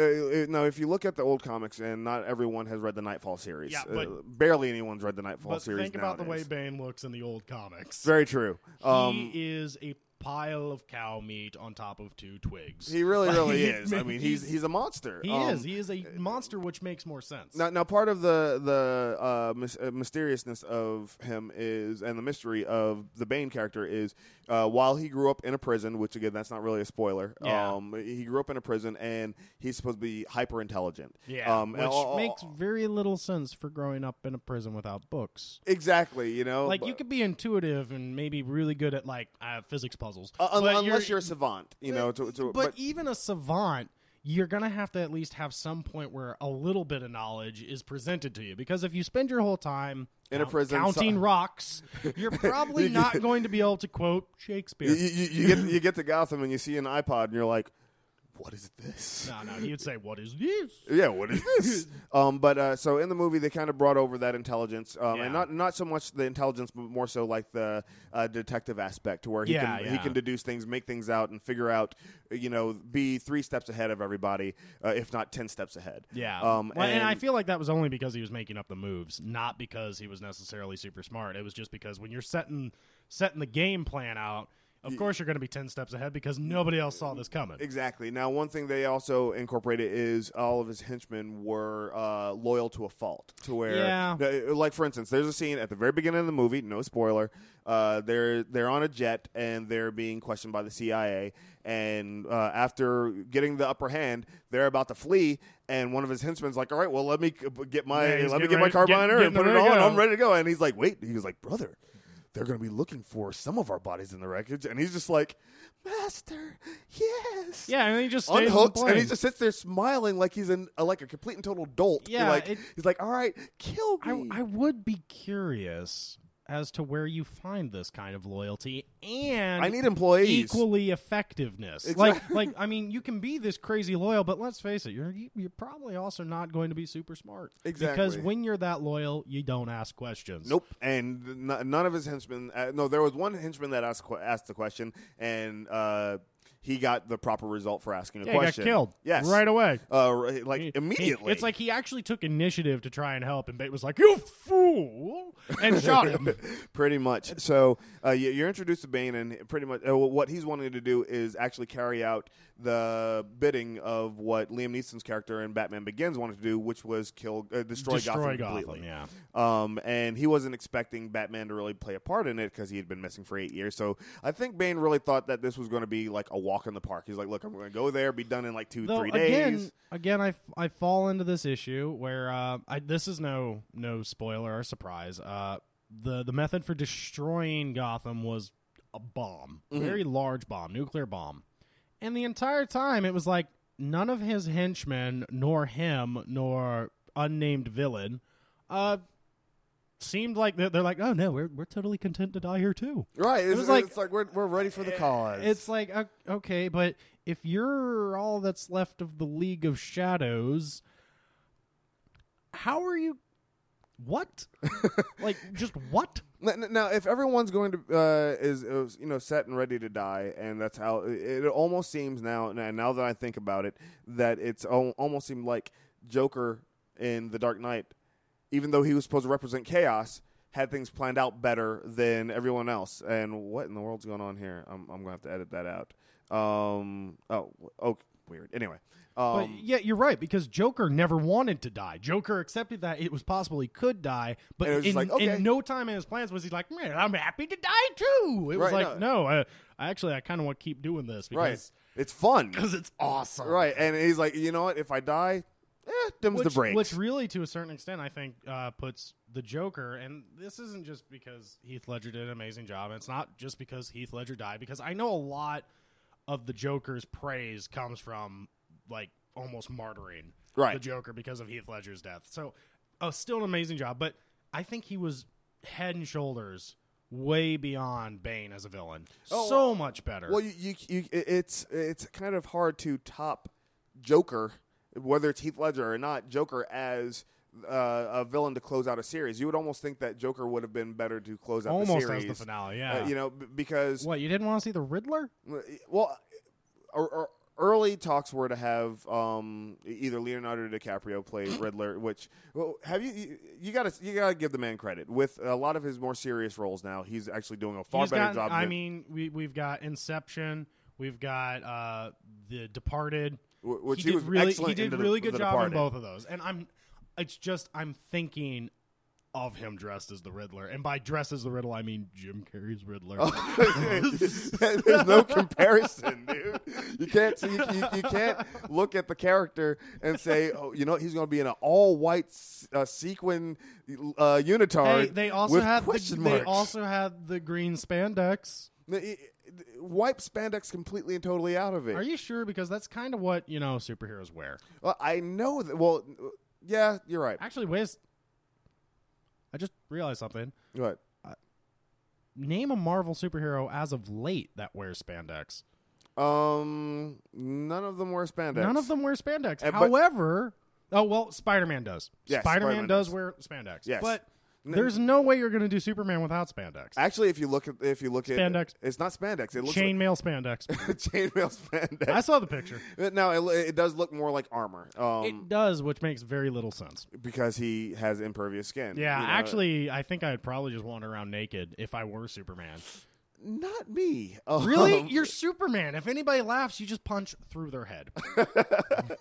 A: uh, now if you look at the old comics, and not everyone has read the Nightfall series.
B: Yeah,
A: uh,
B: but-
A: barely anyone's read the Nightfall
B: But
A: series.
B: think about the way
A: nowadays.
B: Bane looks in the old comics.
A: Very true. Um,
B: he is a pile of cow meat on top of two twigs.
A: he really, really
B: Like,
A: is. I mean, he's he's a monster.
B: he
A: Um,
B: is. He is a monster, which makes more sense.
A: Now, now, part of the the uh, mys- uh, mysteriousness of him is, and the mystery of the Bane character is, uh, while he grew up in a prison, which again, that's not really a spoiler.
B: Yeah.
A: Um, he grew up in a prison, and he's supposed to be hyper intelligent.
B: yeah,
A: um,
B: which
A: and all- all-
B: makes very little sense for growing up in a prison without books.
A: exactly. You know, Oh,
B: Like
A: but-
B: you could be intuitive and maybe really good at like uh, physics puzzles,
A: Uh, un-
B: but
A: unless you're, a savant, you know. To, to,
B: but, even a savant, you're gonna have to at least have some point where a little bit of knowledge is presented to you. Because if you spend your whole time
A: In a
B: count-
A: prison,
B: counting
A: so-
B: rocks, you're probably not going to be able to quote Shakespeare.
A: you, you, you get you get to Gotham and you see an iPod and you're like, "What is this?
B: No, no, he would say, "What is this?"
A: Yeah, what is this?" um, but uh, so in the movie, they kind of brought over that intelligence, um,
B: Yeah.
A: and not not so much the intelligence, but more so like the uh, detective aspect, to where he
B: Yeah,
A: can he
B: yeah.
A: can deduce things, make things out, and figure out, you know, be three steps ahead of everybody, uh, if not ten steps ahead.
B: Yeah.
A: Um,
B: Well, and,
A: and
B: I feel like that was only because he was making up the moves, not because he was necessarily super smart. It was just because when you're setting setting the game plan out, Of course, you're going to be ten steps ahead because nobody else saw this coming.
A: Exactly. Now, one thing they also incorporated is all of his henchmen were uh, loyal to a fault. To where,
B: Yeah.
A: th- like for instance, there's a scene at the very beginning of the movie. No spoiler. Uh, they're they're on a jet and they're being questioned by the CIA. And uh, after getting the upper hand, they're about to flee. And one of his henchmen's like, "All right, well, let me c- get my
B: Yeah, he's
A: let me
B: getting
A: get my
B: ready-
A: carbine
B: getting-
A: and
B: getting
A: put it
B: ready to
A: on.
B: go.
A: I'm ready to go." And he's like, "Wait," he was like, "Brother." They're gonna be looking for some of our bodies in the wreckage, and he's just like, "Master, yes."
B: Yeah, and then he just stays
A: unhooks
B: on the
A: and he
B: plane.
A: just sits there smiling like he's in uh, like a complete and total dolt.
B: Yeah,
A: like
B: it-
A: he's like, "All right, kill
B: I,
A: me."
B: I would be curious as to where you find this kind of loyalty and
A: I need employees.
B: equally effectiveness.
A: Exactly.
B: Like, like I mean, you can be this crazy loyal, but let's face it, you're you're probably also not going to be super smart. Because
A: Exactly.
B: when you're that loyal, you don't ask questions.
A: Nope, and n- none of his henchmen. Uh, no, there was one henchman that asked que- asked the question, and uh, he got the proper result for asking a
B: Yeah, he got
A: question.
B: killed.
A: Yes,
B: right away.
A: Uh, right- like
B: He- he-
A: immediately.
B: it's like he actually took initiative to try and help, and Bate was like, "You fool!" and shot him.
A: pretty much. So uh, you- you're introduced to Bane, and pretty much uh, what he's wanting to do is actually carry out the bidding of what Liam Neeson's character in Batman Begins wanted to do, which was kill, uh, destroy,
B: Destroy
A: Gotham completely.
B: Gotham. Yeah.
A: Um, and he wasn't expecting Batman to really play a part in it because he had been missing for eight years. So I think Bane really thought that this was going to be like a walk in the park. He's like, "Look, I'm going to go there, be done in like two,
B: Though,
A: three
B: again,
A: days."
B: Again, I, I fall into this issue where uh, I, this is no no spoiler or surprise. Uh, the the method for destroying Gotham was a bomb,
A: Mm-hmm.
B: very large bomb, nuclear bomb, and the entire time it was like none of his henchmen, nor him, nor unnamed villain, uh, seemed like they're, they're like, oh no, we're we're totally content to die here too.
A: Right? It's,
B: was like- eh,
A: it's like we're we're ready for the cause.
B: It's like o- okay, but if you're all that's left of the League of Shadows, how are you? What? like just what?
A: N- n- Now, if everyone's going to uh, is, is you know set and ready to die, and that's how it, it almost seems now. And now that I think about it, that it's al- almost seemed like Joker in The Dark Knight, even though he was supposed to represent chaos, had things planned out better than everyone else. And what in the world's going on here? I'm I'm gonna have to edit that out. Um. Oh. Oh. Weird. Anyway.
B: But
A: Um.
B: yeah, you're right because Joker never wanted to die. Joker accepted that it was possible he could die, but
A: And it was
B: in,
A: just like, okay.
B: in no time in his plans was he like, "Man, I'm happy to die too." It was
A: Right,
B: like, no, I, I actually I kind of want to keep doing this
A: right.
B: because
A: It's fun.
B: because it's awesome.
A: Right. And he's like, you know what? If I die, eh, them's the
B: which,
A: breaks.
B: which really, to a certain extent, I think uh, puts the Joker, and this isn't just because Heath Ledger did an amazing job, and it's not just because Heath Ledger died, because I know a lot of the Joker's praise comes from like almost martyring
A: Right.
B: the Joker because of Heath Ledger's death. So, uh, still an amazing job, but I think he was head and shoulders way beyond Bane as a villain.
A: Oh,
B: so much better.
A: Well, you, you, you it- it's it's kind of hard to top Joker, whether it's Heath Ledger or not. Joker as uh, a villain to close out a series. You would almost think that Joker would have been better to close out the
B: almost
A: series.
B: as the finale, yeah.
A: Uh, you know, b- because e,
B: what you didn't want to see the Riddler?
A: well, or, or early talks were to have um, either Leonardo DiCaprio play Riddler, which well, have you, you you gotta you gotta give the man credit with a lot of his more serious roles now. He's actually doing a far
B: He's
A: better
B: gotten-
A: job.
B: I
A: than-
B: mean, we we've got Inception, we've got uh, The Departed.
A: Wh- which
B: he,
A: he
B: did
A: was
B: really
A: excellent
B: he
A: in
B: did
A: The-
B: really good
A: The
B: job
A: Departed.
B: in both of those, and I'm it's just I'm thinking of him dressed as the Riddler, and by dressed as the Riddler I mean Jim Carrey's Riddler.
A: Oh. There's no comparison, dude. You can't you, you, you can't look at the character and say, oh, you know, he's going to be in an all white uh, sequin uh, unitard.
B: Hey, they also
A: with
B: had the,
A: question
B: they
A: marks.
B: also had the green spandex.
A: They- wipe spandex completely and totally out of it.
B: Are you sure? Because that's kind of what you know superheroes wear.
A: Well, I know that. Well, yeah, you're right.
B: Actually, wait, I just realized something.
A: What?
B: Name a Marvel superhero as of late that wears spandex.
A: Um, none of them wear spandex.
B: None of them wear spandex.
A: Uh, but-
B: However, oh well, Spider Man does.
A: Yes,
B: Spider Man
A: Spider-Man
B: does
A: does.
B: wear spandex.
A: Yes.
B: but there's no way you're going to do Superman without spandex.
A: Actually, if you look at if you look at
B: Spandex.
A: it's not spandex. It looks
B: Chainmail spandex.
A: like chainmail spandex.
B: I saw the picture.
A: Uh, No, it, lo- it does look more like armor um,
B: It does, which makes very little sense.
A: because he has impervious skin.
B: Yeah,
A: you know?
B: actually, I think I'd probably just wander around naked if I were Superman.
A: Not me. Um,
B: Really? You're Superman. If anybody laughs, you just punch through their head.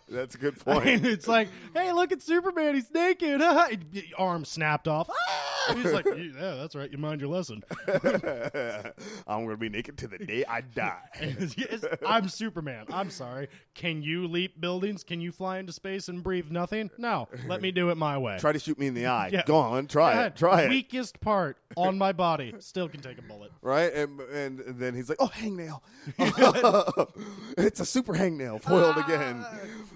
A: That's a good
B: I mean,
A: point.
B: it's like, hey, look at Superman. He's naked. Arm snapped off. Ah! He's like, yeah, that's right. You mind your lesson.
A: I'm gonna be naked to the day I die.
B: Yes, I'm Superman. I'm sorry. Can you leap buildings? Can you fly into space and breathe nothing? No. Let me do it my way.
A: try to shoot me in the eye.
B: Yeah.
A: Go on, try
B: Go ahead.
A: it. Try it.
B: Weakest part on my body still can take a bullet.
A: Right? And, and then he's like, "Oh, hangnail! it's a super hangnail foiled again."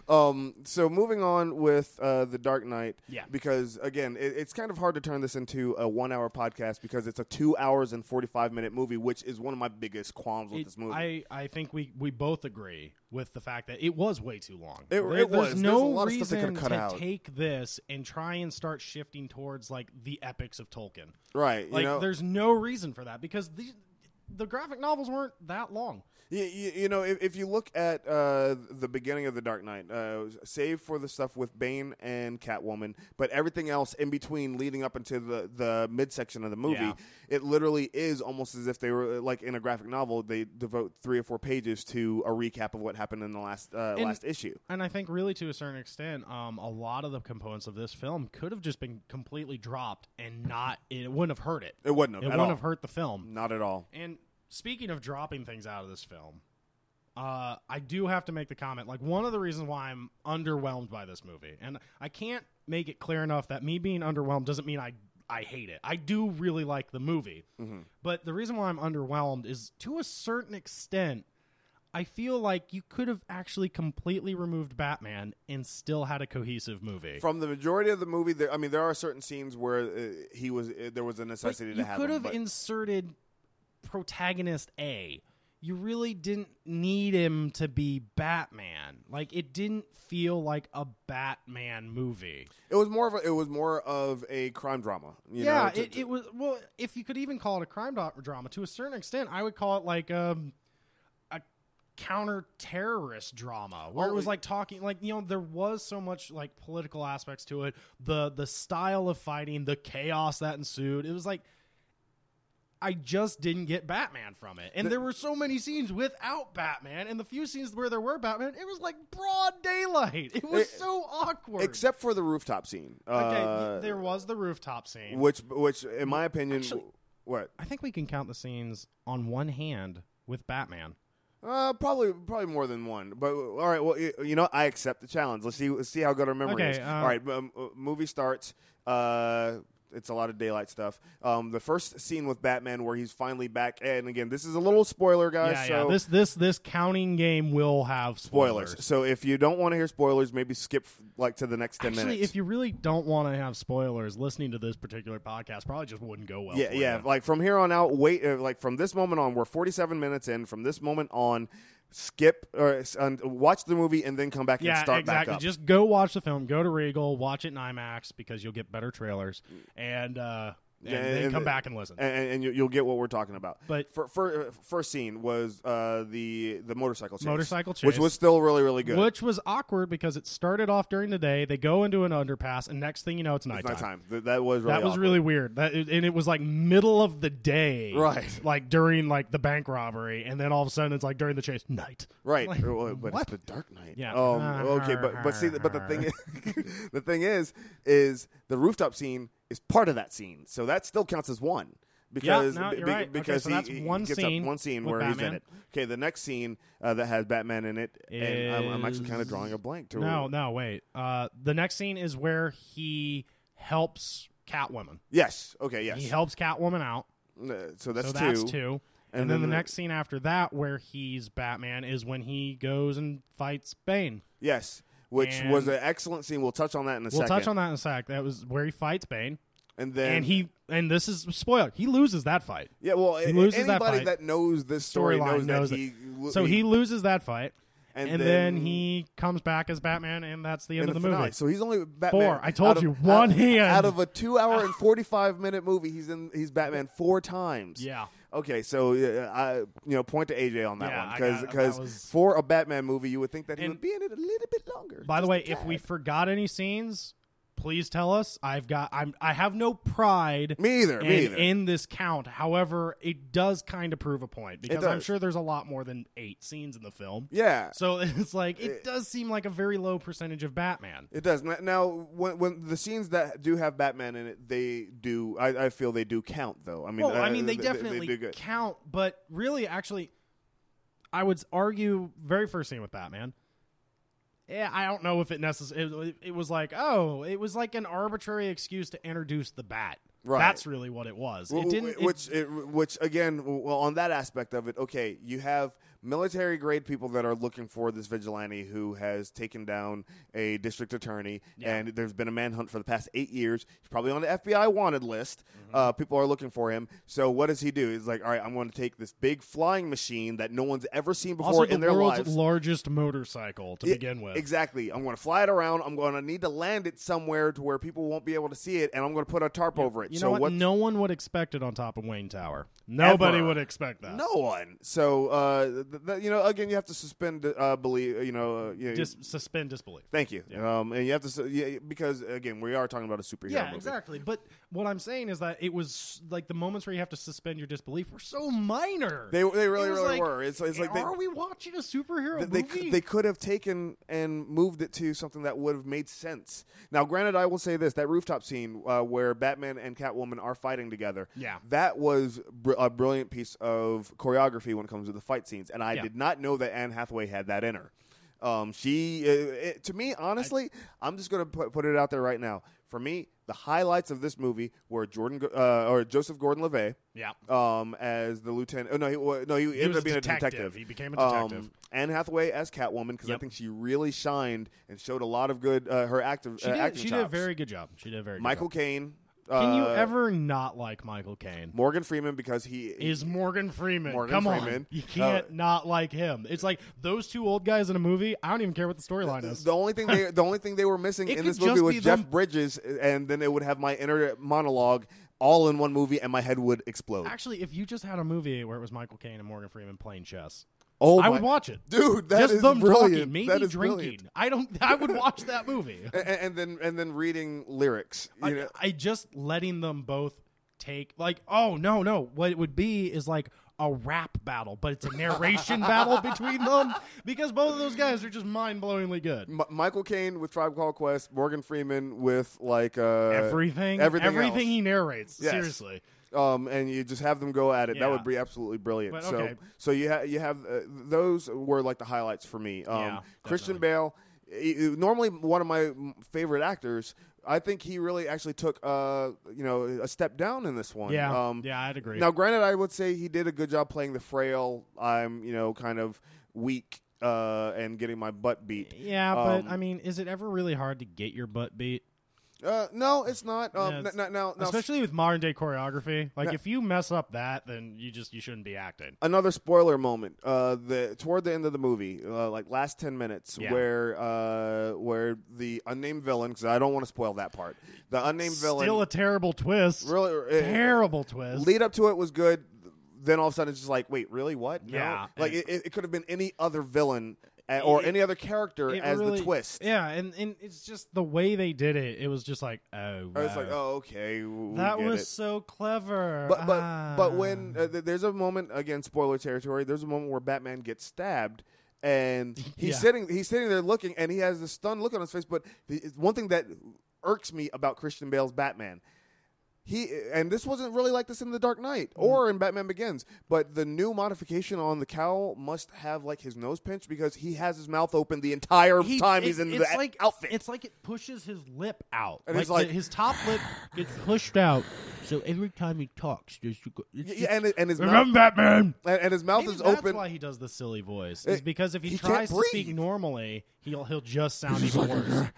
A: Um, so moving on with uh, the Dark Knight,
B: Ah. Yeah.
A: Because again, it, it's kind of hard to turn this into a one-hour podcast because it's a two hours and forty-five minute movie, which is one of my biggest qualms with
B: It-
A: this movie.
B: I, I think we, we both agree with the fact that it was way too long.
A: It- it was.
B: There's
A: There's
B: no
A: a lot of stuff they
B: reason
A: could've cut
B: to
A: out.
B: take this and try and start shifting towards like the epics of Tolkien.
A: right?
B: Like,
A: you know,
B: there's no reason for that because the the graphic novels weren't that long.
A: You, you, you know, if, if you look at uh, the beginning of the Dark Knight, uh, save for the stuff with Bane and Catwoman, but everything else in between, leading up into the the midsection of the movie,
B: Yeah.
A: it literally is almost as if they were uh, like in a graphic novel. They devote three or four pages to a recap of what happened in the last uh,
B: And-
A: last issue.
B: And I think, really, to a certain extent, um, a lot of the components of this film could have just been completely dropped and not, it wouldn't have hurt it.
A: It wouldn't
B: It
A: have. at
B: wouldn't
A: all. Mm.
B: have hurt the film.
A: Not at all.
B: And speaking of dropping things out of this film, uh, I do have to make the comment. Like, one of the reasons why I'm underwhelmed by this movie, and I can't make it clear enough that me being underwhelmed doesn't mean I, I hate it. I do really like the movie. But the reason why I'm underwhelmed is to a certain extent, I feel like you could have actually completely removed Batman and still had a cohesive movie.
A: From the majority of the movie, there, I mean, there are certain scenes where uh, he was uh, there was a
B: Like,
A: necessity
B: you
A: to have.
B: could
A: him,
B: have
A: but-
B: inserted protagonist A. You really didn't need him to be Batman. Like it didn't feel like a Batman movie.
A: it was more of a, it was more of a crime drama. You
B: yeah,
A: know, to-
B: it, it was. Well, if you could even call it a crime do- drama, to a certain extent, I would call it like um, a counter-terrorist drama, where it
A: Oh,
B: was
A: it-
B: like talking, like you know, there was so much like political aspects to it, the the style of fighting, the chaos that ensued. It was like. I just didn't get Batman from it. And
A: The-
B: there were so many scenes without Batman, and the few scenes where there were Batman, it was like broad daylight. It was
A: It-
B: so awkward.
A: Eh, except for the rooftop scene.
B: okay,
A: uh,
B: there was the rooftop scene.
A: which which in my opinion,
B: Actually-
A: what
B: I think we can count the scenes on one hand with Batman.
A: uh, probably probably more than one. But all right, well you, you know I accept the challenge. Let's see let's see how good our memory
B: Okay,
A: is.
B: uh,
A: all right, um, uh, movie starts. Uh, it's a lot of daylight stuff. Um, the first scene with Batman where he's finally back, and again this is a little spoiler, guys.
B: yeah,
A: Uh, so
B: yeah. This this this counting game will have spoilers.
A: spoilers. So if you don't want to hear spoilers, maybe skip like to the next ten
B: Actually,
A: minutes.
B: if you really don't want to have spoilers, listening to this particular podcast probably just wouldn't go well.
A: yeah,
B: for
A: yeah.
B: you.
A: Like from here on out, wait. Uh, like from this moment on, we're 47 minutes in. From this moment on, skip or s- and watch the movie and then come back
B: yeah,
A: and start
B: exactly.
A: back up.
B: Just go watch the film. Go to Regal, watch it in IMAX because you'll get better trailers, and uh, and
A: Yeah,
B: then
A: and-
B: come back and listen.
A: and, and- and you, you'll get what we're talking about.
B: But-
A: for, for, uh, first scene was uh, the the motorcycle chase,
B: Motorcycle chase.
A: which was still really really good.
B: Which was awkward because it started off during the day. They go into an underpass, and next thing you know, it's
A: It's
B: nighttime.
A: not time. Th- that was really
B: that was
A: awkward.
B: really weird. That and it was like middle of the day,
A: Right.
B: Like during like the bank robbery, and then all of a sudden it's like during the chase, night.
A: Right,
B: Like,
A: Well, but
B: what?
A: it's the Dark Knight.
B: Yeah.
A: Um, okay, but but see, but the thing, is, the thing is, is the rooftop scene is part of that scene, so that still counts as one because
B: no, you're
A: be-
B: right. Okay,
A: because
B: so
A: he-
B: that's
A: he,
B: one
A: gets
B: scene
A: up one scene
B: with
A: where he's
B: Batman.
A: in it. Okay, the next scene uh, that has Batman in it, and I'm, I'm actually kind of
B: Is-
A: drawing a blank. To
B: No, no, wait. Uh, the next scene is where he helps Catwoman.
A: Yes. Okay. Yes.
B: He helps Catwoman out.
A: Uh, so that's
B: so
A: two.
B: that's two. And, then, the
A: ne-
B: next scene after that, where he's Batman, is when he goes and fights Bane.
A: Yes. Which was
B: And-
A: an excellent scene. We'll touch on that in a
B: We'll
A: second.
B: touch on that in a sec. That was where he fights Bane,
A: and then
B: and, he and this is spoiler. He loses that fight.
A: yeah. Well, a-
B: loses that
A: anybody
B: fight.
A: knows this story
B: Storyline
A: knows,
B: knows
A: that
B: it.
A: he
B: So he loses that fight, and, then, he comes back as Batman, and that's the end
A: in
B: of the,
A: finale.
B: movie.
A: So he's only Batman.
B: Four. I told
A: out
B: you,
A: of,
B: one
A: out,
B: hand.
A: Out of a two-hour and forty-five minute movie, he's in. He's Batman four times.
B: Yeah.
A: Okay, so uh, I, you know, point to AJ on that
B: Yeah, I
A: one
B: got-
A: because
B: that was-
A: for a Batman movie, you would think that he
B: And-
A: would be in it a little bit longer.
B: By the
A: just
B: way,
A: a
B: if we
A: tad.
B: forgot any scenes, please tell us. I've got I'm I have no pride
A: Me either. me
B: in,
A: either.
B: in this count. However, it does kind of prove a point because I'm
A: does.
B: sure there's a lot more than eight scenes in the film.
A: yeah.
B: So it's like it, does seem like a very low percentage of Batman.
A: It does N- now. When, when the scenes that do have Batman in it, they do. I, I feel they do count, though. I mean,
B: well,
A: uh,
B: I mean, they
A: th-
B: definitely
A: do good.
B: count, but really, actually, I would argue very first scene with Batman. Yeah, I don't know if it necessarily. It, it was like, oh, it was like an arbitrary excuse to introduce the bat.
A: Right.
B: That's really what it was.
A: Wh-
B: it
A: wh-
B: didn't. it-
A: which it, which again, well, on that aspect of it, okay, you have military grade people that are looking for this vigilante who has taken down a district attorney,
B: Yeah.
A: and there's been a manhunt for the past eight years. He's probably on the FBI wanted list.
B: Mm-hmm.
A: Uh, people are looking for him. So what does he do? He's like, all right, I'm going to take this big flying machine that no one's ever seen before
B: also, the
A: in their
B: world's
A: lives.
B: largest motorcycle to
A: Yeah,
B: begin with.
A: Exactly. I'm going to fly it around. I'm going to need to land it somewhere to where people won't be able to see it, and I'm going to put a tarp over it.
B: You
A: so
B: know what?
A: what's-
B: No one would expect it on top of Wayne Tower. Nobody
A: Ever.
B: would expect that.
A: No one. So, uh, th- th- you know, again, you have to suspend uh, believe. You know, uh, you
B: Dis- suspend disbelief.
A: thank you. Um, and you have to su- yeah, because again, we are talking about a superhero.
B: Yeah,
A: movie.
B: exactly. But what I'm saying is that it was like the moments where you have to suspend your disbelief were so minor.
A: They they really
B: It was
A: really
B: like,
A: were. It's it's like they.
B: are we watching a superhero
A: They,
B: movie?
A: they could have taken and moved it to something that would have made sense. Now, granted, I will say this: that rooftop scene uh, where Batman and Catwoman are fighting together,
B: Yeah.
A: that was br- a brilliant piece of choreography when it comes to the fight scenes, and I
B: Yeah.
A: did not know that Anne Hathaway had that in her. Um, she, uh, it, to me, honestly, I, am just gonna put, put it out there right now. For me, the highlights of this movie were Jordan Go- uh, or Joseph Gordon-Levitt
B: yeah.
A: um, as the lieutenant. Oh no, he, wa- no, he, ended
B: was a
A: up being
B: detective.
A: a detective.
B: He became a detective.
A: Um, Anne Hathaway as Catwoman because I
B: Yep.
A: think she really shined and showed a lot of good uh, her active
B: She
A: uh,
B: did,
A: acting
B: she did a
A: chops.
B: very good job. She did a very good
A: Michael Caine.
B: job. Can you
A: uh,
B: ever not like Michael Caine?
A: Morgan Freeman because he
B: Is Morgan Freeman.
A: Morgan
B: Come on.
A: Freeman.
B: You can't not like him. It's like those two old guys in a movie, I don't even care what the storyline is.
A: the only thing they the only thing they were missing
B: It
A: in
B: could
A: this movie
B: just
A: was
B: be
A: Jeff
B: them-
A: Bridges, and then it would have my inner monologue all in one movie, and my head would explode.
B: Actually, if you just had a movie where it was Michael Caine and Morgan Freeman playing chess,
A: oh,
B: I
A: my-
B: would watch it.
A: dude. That is
B: just them
A: brilliant.
B: talking, maybe
A: That is
B: drinking.
A: brilliant.
B: I don't. I would watch that movie.
A: A- a- and then and then reading lyrics. You
B: I,
A: know,
B: I just letting them both take like, oh no, no. What it would be is like a rap battle, but it's a narration battle between them because both of those guys are just mind blowingly good.
A: M- Michael Caine with Tribe Called Quest, Morgan Freeman with like uh,
B: Everything,
A: everything,
B: everything he narrates.
A: Yes.
B: Seriously,
A: else. um, and you just have them go at it.
B: Yeah.
A: That would be absolutely brilliant.
B: But,
A: so,
B: okay.
A: so you ha- you have uh, those were like the highlights for me. Um,
B: Yeah,
A: Christian Bale, i- i- normally one of my m- favorite actors. I think he really actually took uh, you know a step down in this one.
B: yeah,
A: Um,
B: yeah, I'd agree.
A: Now, granted, I would say he did a good job playing the frail. I'm you know kind of weak uh, and getting my butt beat.
B: yeah, but
A: um,
B: I mean, is it ever really hard to get your butt beat?
A: Uh, no, it's not. Um,
B: Yeah, it's-
A: n- n- now, now,
B: Especially with modern day choreography. Like,
A: No.
B: if you mess up that, then you just you shouldn't be acting.
A: another spoiler moment. Uh, the toward the end of the movie, uh, like last ten minutes,
B: Yeah.
A: where uh, where the unnamed villain, because I don't want to spoil that part. The unnamed
B: Still a
A: villain,
B: terrible twist.
A: really uh,
B: terrible twist.
A: lead up to it was good. Then all of a sudden, it's just like, wait, really? What? No.
B: Yeah.
A: Like it, it could have been any other villain uh, or
B: It-
A: any other character
B: It
A: as
B: really-
A: the twist.
B: Yeah, and, and it's just the way they did it. It was just like, oh,
A: I was
B: wow.
A: like, oh, okay, w- we
B: that
A: get
B: was
A: it.
B: so clever.
A: But but but
B: Ah.
A: when uh, th- there's a moment again, spoiler territory. There's a moment where Batman gets stabbed, and he's
B: Yeah.
A: sitting he's sitting there looking, and he has this stunned look on his face. But the, it's one thing that irks me about Christian Bale's Batman. He and this wasn't really like this in The Dark Knight
B: Mm.
A: or in Batman Begins, but the new modification on the cowl must have like his nose pinched because he has his mouth open the entire
B: He-
A: time
B: it-
A: he's in
B: it's
A: the
B: like,
A: outfit.
B: it's like it pushes his lip out.
A: And
B: like,
A: he's like-
B: the- his top lip gets pushed out. So every time he talks, there's
A: Y- yeah, and, and his mouth
B: remember Batman.
A: and, and his mouth
B: Maybe
A: is
B: that's
A: open.
B: why he does the silly voice. Is
A: It-
B: because if he,
A: he can't
B: tries to speak
A: breathe.
B: normally, he'll he'll just sound even worse.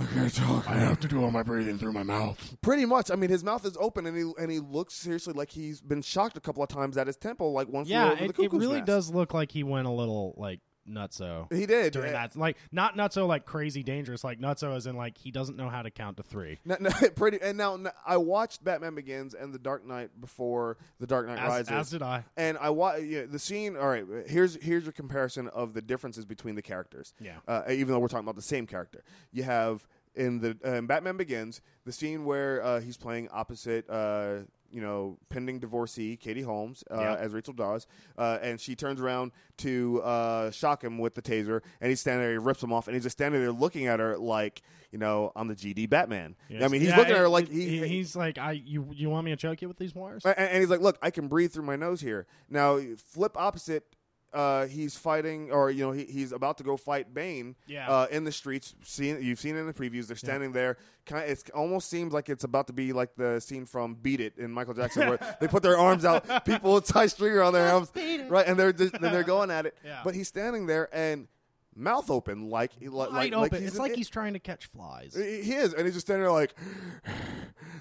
C: I can't talk. I have to do all my breathing through my mouth.
A: Pretty much. I mean, his mouth is open, and he and he looks seriously like he's been shocked a couple of times at his temple, like once.
B: Yeah,
A: he rolled in
B: it,
A: the
B: it
A: cuckoo's
B: really
A: nest.
B: does look like he went a little like nutso.
A: He did
B: during
A: Uh,
B: that. Like not not so like crazy dangerous, like not so as in like he doesn't know how to count to three.
A: No, no, pretty. And now n- I watched Batman Begins and The Dark Knight before The Dark Knight
B: As,
A: Rises.
B: as did I.
A: and I wa- yeah, the scene. All right, here's here's your comparison of the differences between the characters.
B: Yeah.
A: Uh, even though we're talking about the same character, you have in the uh, in Batman Begins, the scene where uh, he's playing opposite, uh, you know, pending divorcee Katie Holmes uh,
B: Yeah.
A: as Rachel Dawes, uh, and she turns around to uh, shock him with the taser, and he's standing there, he rips him off, and he's just standing there looking at her like, you know, I'm the GD Batman. I mean, he's
B: Yeah,
A: looking
B: it-
A: at her like
B: it-
A: he,
B: he's like, I you you want me to choke you with these wires?
A: and, and he's like, "Look, I can breathe through my nose here." Now, flip opposite, uh, he's fighting, or you know, he, he's about to go fight Bane.
B: Yeah.
A: Uh, in the streets, seen you've seen it in the previews. They're standing there. Kind of, it almost seems like it's about to be like the scene from Beat It in Michael Jackson, where they put their arms out, people with tie string on their arms, right, and they're just, and they're going at it.
B: Yeah.
A: But he's standing there and mouth open, like like, like,
B: Wide open.
A: he's
B: it's
A: an
B: like
A: i-
B: he's trying to catch flies.
A: he he is, and he's just standing there like,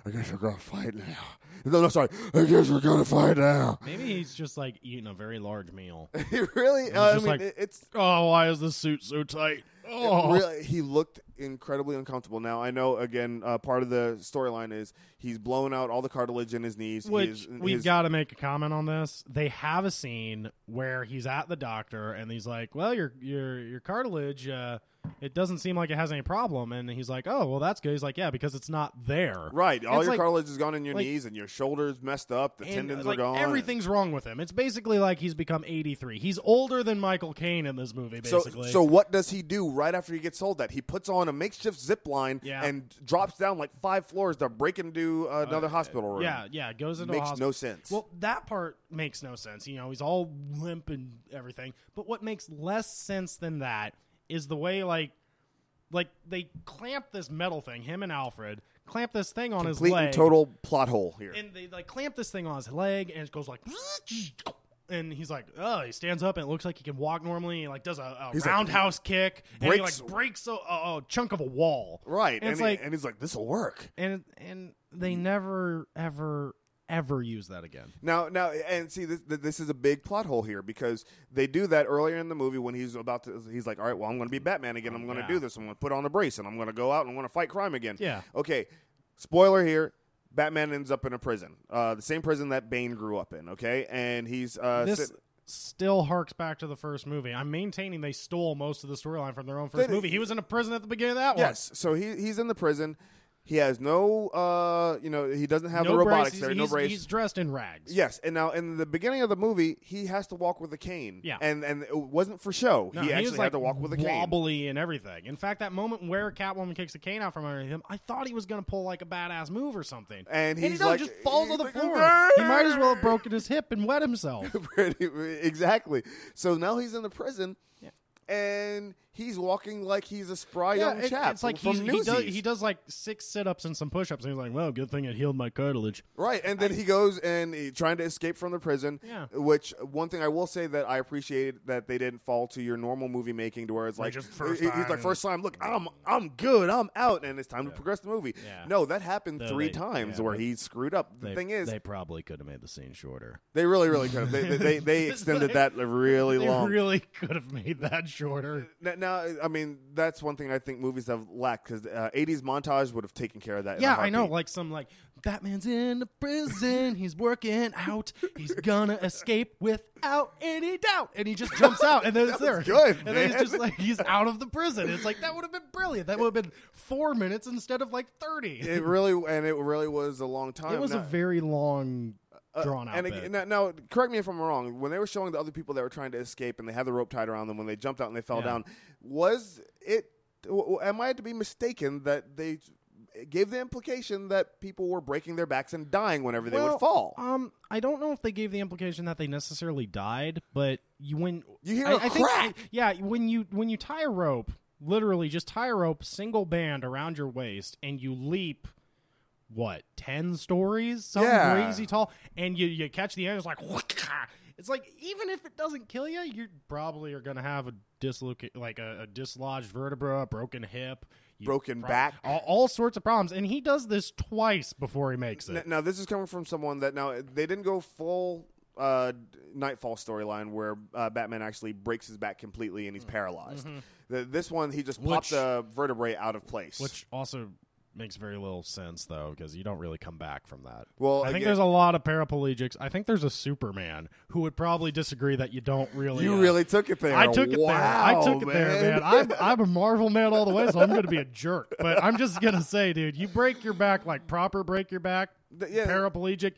C: I guess we're gonna fight now. No, no, sorry. I guess we're gonna fight now.
B: Maybe he's just like eating a very large meal.
A: he really. Uh, I
B: just
A: mean,
B: like-
A: it- it's
B: oh, why is this suit so tight?
A: It
B: Oh,
A: really- he looked incredibly uncomfortable. Now I know again uh, part of the storyline is he's blown out all the cartilage in his knees. He
B: Which
A: is-
B: we've
A: his-
B: got to make a comment on this. They have a scene where he's at the doctor and he's like, "Well, your your your cartilage, uh, it doesn't seem like it has any problem." And he's like, "Oh, well, that's good." He's like, "Yeah, because it's not there."
A: right. All
B: It's
A: your
B: like-
A: cartilage is gone in your
B: like-
A: knees, and your shoulders messed up. The
B: And, uh,
A: tendons
B: like,
A: are gone.
B: Everything's wrong with him. It's basically like he's become 83. He's older than Michael Caine in this movie.
A: So,
B: Basically,
A: so what does he do right after he gets told that? He puts on a makeshift zip line
B: Yeah. Uh,
A: and drops down like five floors to break into uh, another hospital room.
B: yeah, yeah, goes into a
A: makes
B: hospital.
A: no sense.
B: Well, that part makes no sense. You know, he's all limp and everything. But what makes less sense than that is the way like like they clamp this metal thing, him and Alfred clamp this thing on his
A: complete
B: leg.
A: and total plot hole here.
B: And they like clamp this thing on his leg and it goes like and he's like, oh, he stands up and it looks like he can walk normally. He like does a, a
A: He's like-
B: roundhouse kick and he
A: Breaks-
B: like breaks a, a, a chunk of a wall.
A: right,
B: And,
A: and,
B: it's
A: he-
B: like
A: and he's like, "This will work."
B: and and they never ever ever use that again.
A: Now, now, and see, this, th- this is a big plot hole here because they do that earlier in the movie when he's about to. He's like, "All right, well, I'm going to be Batman again. I'm going to
B: Oh, yeah.
A: do this. I'm going to put on a brace and I'm going to go out and I'm going to fight crime again."
B: Yeah.
A: Okay. Spoiler here: Batman ends up in a prison, uh, the same prison that Bane grew up in. Okay, and he's uh,
B: this
A: sit-
B: still harks back to the first movie. I'm maintaining they stole most of the storyline from their own first
A: They-
B: movie. He was in a prison at the beginning of that one.
A: yes. So he he's in the prison. He has no, uh, you know, he doesn't have
B: no
A: the robotics
B: brace.
A: there.
B: He's,
A: no
B: he's-
A: brace.
B: he's dressed in rags.
A: Yes, and now in the beginning of the movie, he has to walk with a cane.
B: Yeah.
A: and and it wasn't for show.
B: No,
A: he actually
B: was, like,
A: had to walk with a cane.
B: wobbly and everything. In fact, that moment where Catwoman kicks the cane out from under him, I thought he was going to pull like a badass move or something.
A: And
B: he
A: he's
B: doesn't,
A: like-
B: just falls on the
A: he's like,
B: floor. He might as well have broken his hip and wet himself.
A: Pretty- exactly. So now he's in the prison,
B: Yeah.
A: and he's walking like he's a spry young
B: it-
A: chap.
B: it's like
A: from
B: he's, he
A: Newsies.
B: does he does like six sit ups and some push ups, and he's like, "Well, good thing it healed my cartilage."
A: Right, and then he goes and he, trying to escape from the prison.
B: Yeah.
A: Which one thing I will say that I appreciated that they didn't fall to your normal movie making to where it's like
B: just first
A: he- he's
B: time.
A: like first time. Look, I'm I'm good. I'm out, and it's time to progress the movie.
B: Yeah.
A: No, that happened
B: No,
A: three
B: they-
A: times
B: yeah,
A: where
B: but
A: he screwed up. The
B: They-
A: thing is,
B: they
A: they,
B: probably could have made the scene shorter.
A: really really could have. They, they, they, they extended
B: Like,
A: that really
B: They
A: long.
B: really could have made that shorter.
A: N- Now, I mean, that's one thing I think movies have lacked because uh, '80s montage would have taken care of that. in a
B: Yeah, I know.
A: heartbeat.
B: Like some like Batman's in the prison. He's working out. He's gonna escape without any doubt. And he just jumps out, and then it's there.
A: was good,
B: And then he's
A: man.
B: just like he's out of the prison. It's like that would have been brilliant. That would have been four minutes instead of like thirty. It,
A: it really and it really was a long time.
B: was a
A: Now-
B: very long,
A: Uh,
B: drawn out.
A: And
B: bit.
A: again, now, now, correct me if I'm wrong. When they were showing the other people that were trying to escape and they had the rope tied around them, when they jumped out and they fell
B: Yeah.
A: down, was it? w- w- Am I to be mistaken that they gave the implication that people were breaking their backs and dying whenever they would
B: Well,
A: fall?
B: Um, I don't know if they gave the implication that they necessarily died, but you when
A: You hear
B: I,
A: a
B: I think-
A: crack.
B: I- yeah, when you when you tie a rope, literally just tie a rope, single band around your waist, and you leap. What ten stories? Something
A: Yeah.
B: crazy tall, and you you catch the end. It's like it's like even if it doesn't kill you, you probably are gonna have a dislocate like a, a dislodged vertebra, a broken hip, you
A: Broken back.
B: all, all sorts of problems. And he does this twice before he makes it.
A: N- now, this is coming from someone that now they didn't go full. Uh, d- Nightfall storyline where uh, Batman actually breaks his back completely and he's paralyzed. Th- this one, he just popped
B: Mm. Mm-hmm. Which-
A: a vertebrae out of place.
B: which also makes very little sense though because you don't really come back from that.
A: Well,
B: I think
A: again-
B: there's a lot of paraplegics. I think there's a Superman who would probably disagree that you don't really.
A: You
B: uh,
A: really took it there.
B: I took it there. I
A: Wow,
B: took it there, man. I'm, I'm a Marvel man all the way, so I'm going to be a jerk. But I'm just going to say, dude, you break your back like proper break your back,
A: Th- yeah.
B: paraplegic.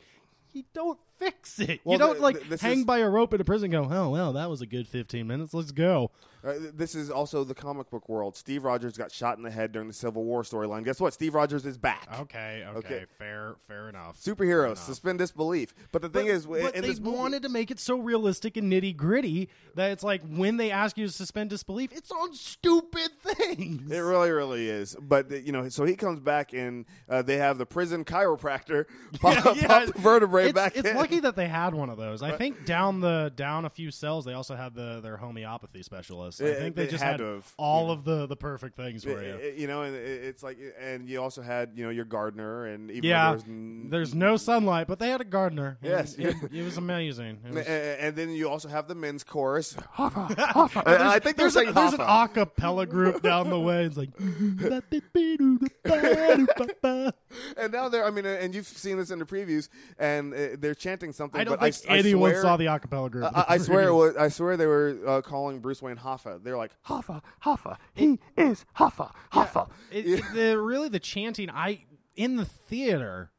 B: You don't fix it.
A: Well,
B: you don't
A: th-
B: like
A: th- this
B: hang
A: is-
B: by a rope in a prison. And go, oh well, that was a good 15 minutes. Let's go.
A: Uh, th- this is also the comic book world. Steve Rogers got shot in the head during the Civil War storyline. Guess what? Steve Rogers is back.
B: Okay, okay,
A: Okay.
B: fair, fair enough.
A: Superheroes
B: Fair enough.
A: suspend disbelief. But the thing
B: But-
A: is, w-
B: but
A: in
B: they
A: this movie,
B: wanted to make it so realistic and nitty gritty that it's like when they ask you to suspend disbelief, it's on stupid things.
A: It really, really is. But uh, you know, so he comes back and uh, they have the prison chiropractor pop, pop the vertebrae
B: it's,
A: back
B: It's
A: in.
B: lucky that they had one of those. I think down the down a few cells, they also had the their homeopathy specialist. I
A: Yeah,
B: think
A: they
B: they just
A: had
B: had,
A: to have,
B: all of the the perfect things
A: Y-
B: for you.
A: y- You know, and it- it's like, and you also had you know your gardener, and even
B: yeah,
A: though there was n-
B: there's no sunlight, but they had a gardener. It
A: Yes.
B: was- it, it was amazing. It was-
A: a- a- and then you also have the men's chorus.
B: There's-
A: I think they're
B: there's,
A: saying
B: a, there's an
A: Hoffa.
B: acapella group down the way. It's like
A: And now they're, I mean, uh, and you've seen this in the previews, and uh, they're chanting something.
B: I don't
A: but
B: think
A: I,
B: anyone
A: I swear,
B: saw the acapella group.
A: I, I swear, it was, I swear they were uh, calling Bruce Wayne Hoffa. They're like,
C: Hoffa, Hoffa, he is Hoffa, Hoffa.
B: It, it, the, really, the chanting I in the theater,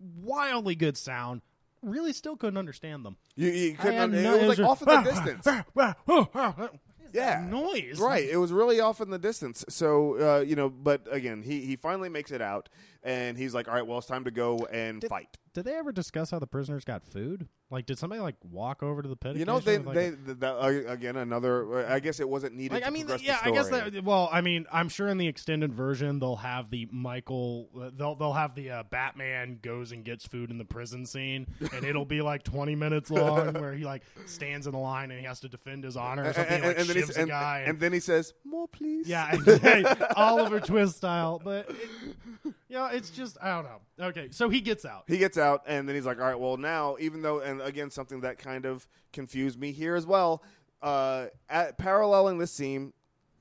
B: wildly good sound. Really, still couldn't understand them.
A: you, you
B: I
A: couldn't.
B: had
A: un-
B: no-
A: it was like
B: just,
A: off in the distance.
B: ah, What is that
A: Yeah.
B: noise.
A: Right. It was really off in the distance. So, uh, you know, but again, he, he finally makes it out and he's like, all right, well, it's time to go and fight.
B: Did they ever discuss how the prisoners got food? Like, did somebody like walk over to the pit?
A: You know, they,
B: occasionally with, like,
A: they, the, the, uh, again, another, uh, I guess it wasn't needed.
B: Like
A: to
B: I mean,
A: progress the
B: yeah, I guess
A: story.
B: that. Well, I mean, I'm sure in the extended version they'll have the Michael, they'll they'll have the uh, Batman goes and gets food in the prison scene, and it'll be like 20 minutes long where he like stands in the line and he has to defend his honor or
A: And,
B: something, like
A: and then he,
B: shivs
A: s-
B: a
A: and,
B: guy,
A: and then he says, more, please.
B: yeah, and- Oliver Twist style. But it, yeah, it's just I don't know. Okay, so he gets out.
A: He gets out, and then he's like, "All right, well, now, even though, and again, something that kind of confused me here as well. Uh, at paralleling this scene,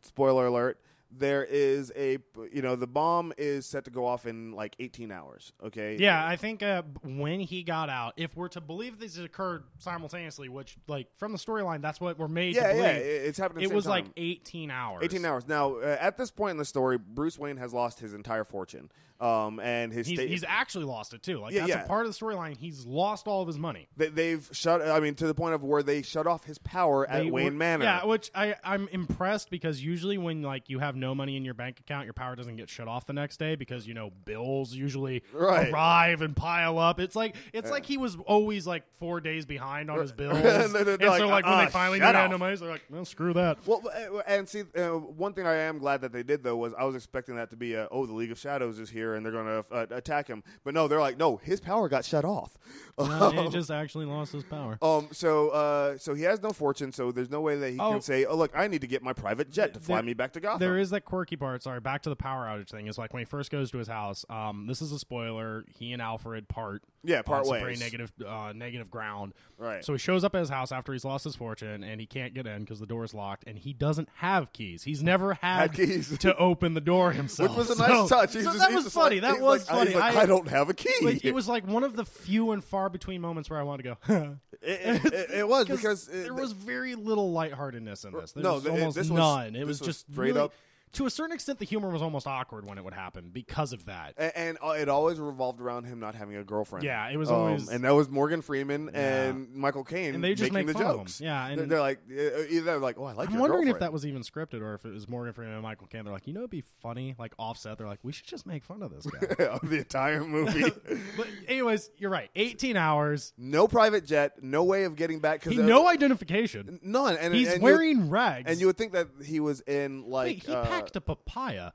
A: spoiler alert, there is a, you know, the bomb is set to go off in like 18 hours. Okay,
B: Yeah, I think uh, b- when he got out, if we're to believe these occurred simultaneously, which like from the storyline, that's what we're made
A: yeah,
B: to
A: yeah,
B: believe.
A: it- it's happening.
B: it was like 18 hours
A: 18 hours. Now, uh, at this point in the story, Bruce Wayne has lost his entire fortune, um, and his
B: he's,
A: state.
B: he's actually lost it too like
A: Yeah,
B: that's
A: yeah.
B: a part of the storyline he's lost all of his money
A: they, they've shut. I mean, to the point of where they shut off his power at
B: They
A: Wayne
B: were-
A: Manor.
B: yeah which i i'm impressed because usually when like you have no money in your bank account your power doesn't get shut off the next day because you know bills usually
A: Right.
B: arrive and pile up it's like it's like he was always like four days behind on his bills
A: They're-
B: and
A: they're
B: so
A: like,
B: like when
A: "Ah,
B: they finally
A: shut
B: got
A: off."
B: no money they're like well screw that
A: Well, uh, and see, uh, one thing I am glad that they did though was I was expecting that to be, uh, oh, the League of Shadows is here and they're going to uh, attack him, but no, they're like, no, his power got shut off.
B: no, he just actually lost his power
A: Um, so, uh, so he has no fortune, so there's no way that he
B: Oh.
A: can say, oh, look, I need to get my private jet to fly
B: There-
A: me back to Gotham.
B: There is that quirky part. Sorry, back to the power outage thing. Is like when he first goes to his house. Um, this is a spoiler. He and Alfred part.
A: Yeah, part
B: on some
A: ways.
B: Pretty negative, uh, negative ground.
A: Right.
B: So he shows up at his house after he's lost his fortune, and he can't get in because the door is locked, and he doesn't have keys. He's never had,
A: Had keys.
B: to open the door himself,
A: which was a
B: So-
A: nice touch. He's
B: so
A: just-
B: that
A: he's
B: was
A: just
B: funny.
A: like-
B: that
A: he's
B: was
A: like-
B: funny.
A: he's like, I, don't have a key.
B: like, it was like one of the few and far between moments where I wanted to go.
A: It- it- it- it was because it-
B: there was very little lightheartedness in this. There
A: No,
B: was
A: th- it-
B: almost
A: this was-
B: none.
A: this
B: it was
A: was
B: just
A: straight
B: really-
A: up-
B: To a certain extent, the humor was almost awkward when it would happen because of that.
A: A- and uh, it always revolved around him not having a girlfriend.
B: Yeah, it was
A: Um,
B: always-
A: and that was Morgan Freeman and Michael Caine,
B: And they just
A: making
B: make
A: the
B: fun of him.
A: jokes.
B: Yeah, and-
A: they're, they're like, uh, either they're like, oh, I like.
B: I'm
A: your
B: wondering if
A: girlfriend.
B: that was even scripted or if it was Morgan Freeman and Michael Caine. They're like, you know, it'd be funny, like offset. They're like, we should just make fun of this guy.
A: of the entire movie.
B: but anyways, you're right. 18 hours.
A: no private jet, no way of getting back. Cause
B: He
A: uh,
B: no identification.
A: none. And
B: He's
A: and You,
B: wearing rags.
A: and you would think that he was in like
B: Wait, he
A: uh,
B: packed a papaya.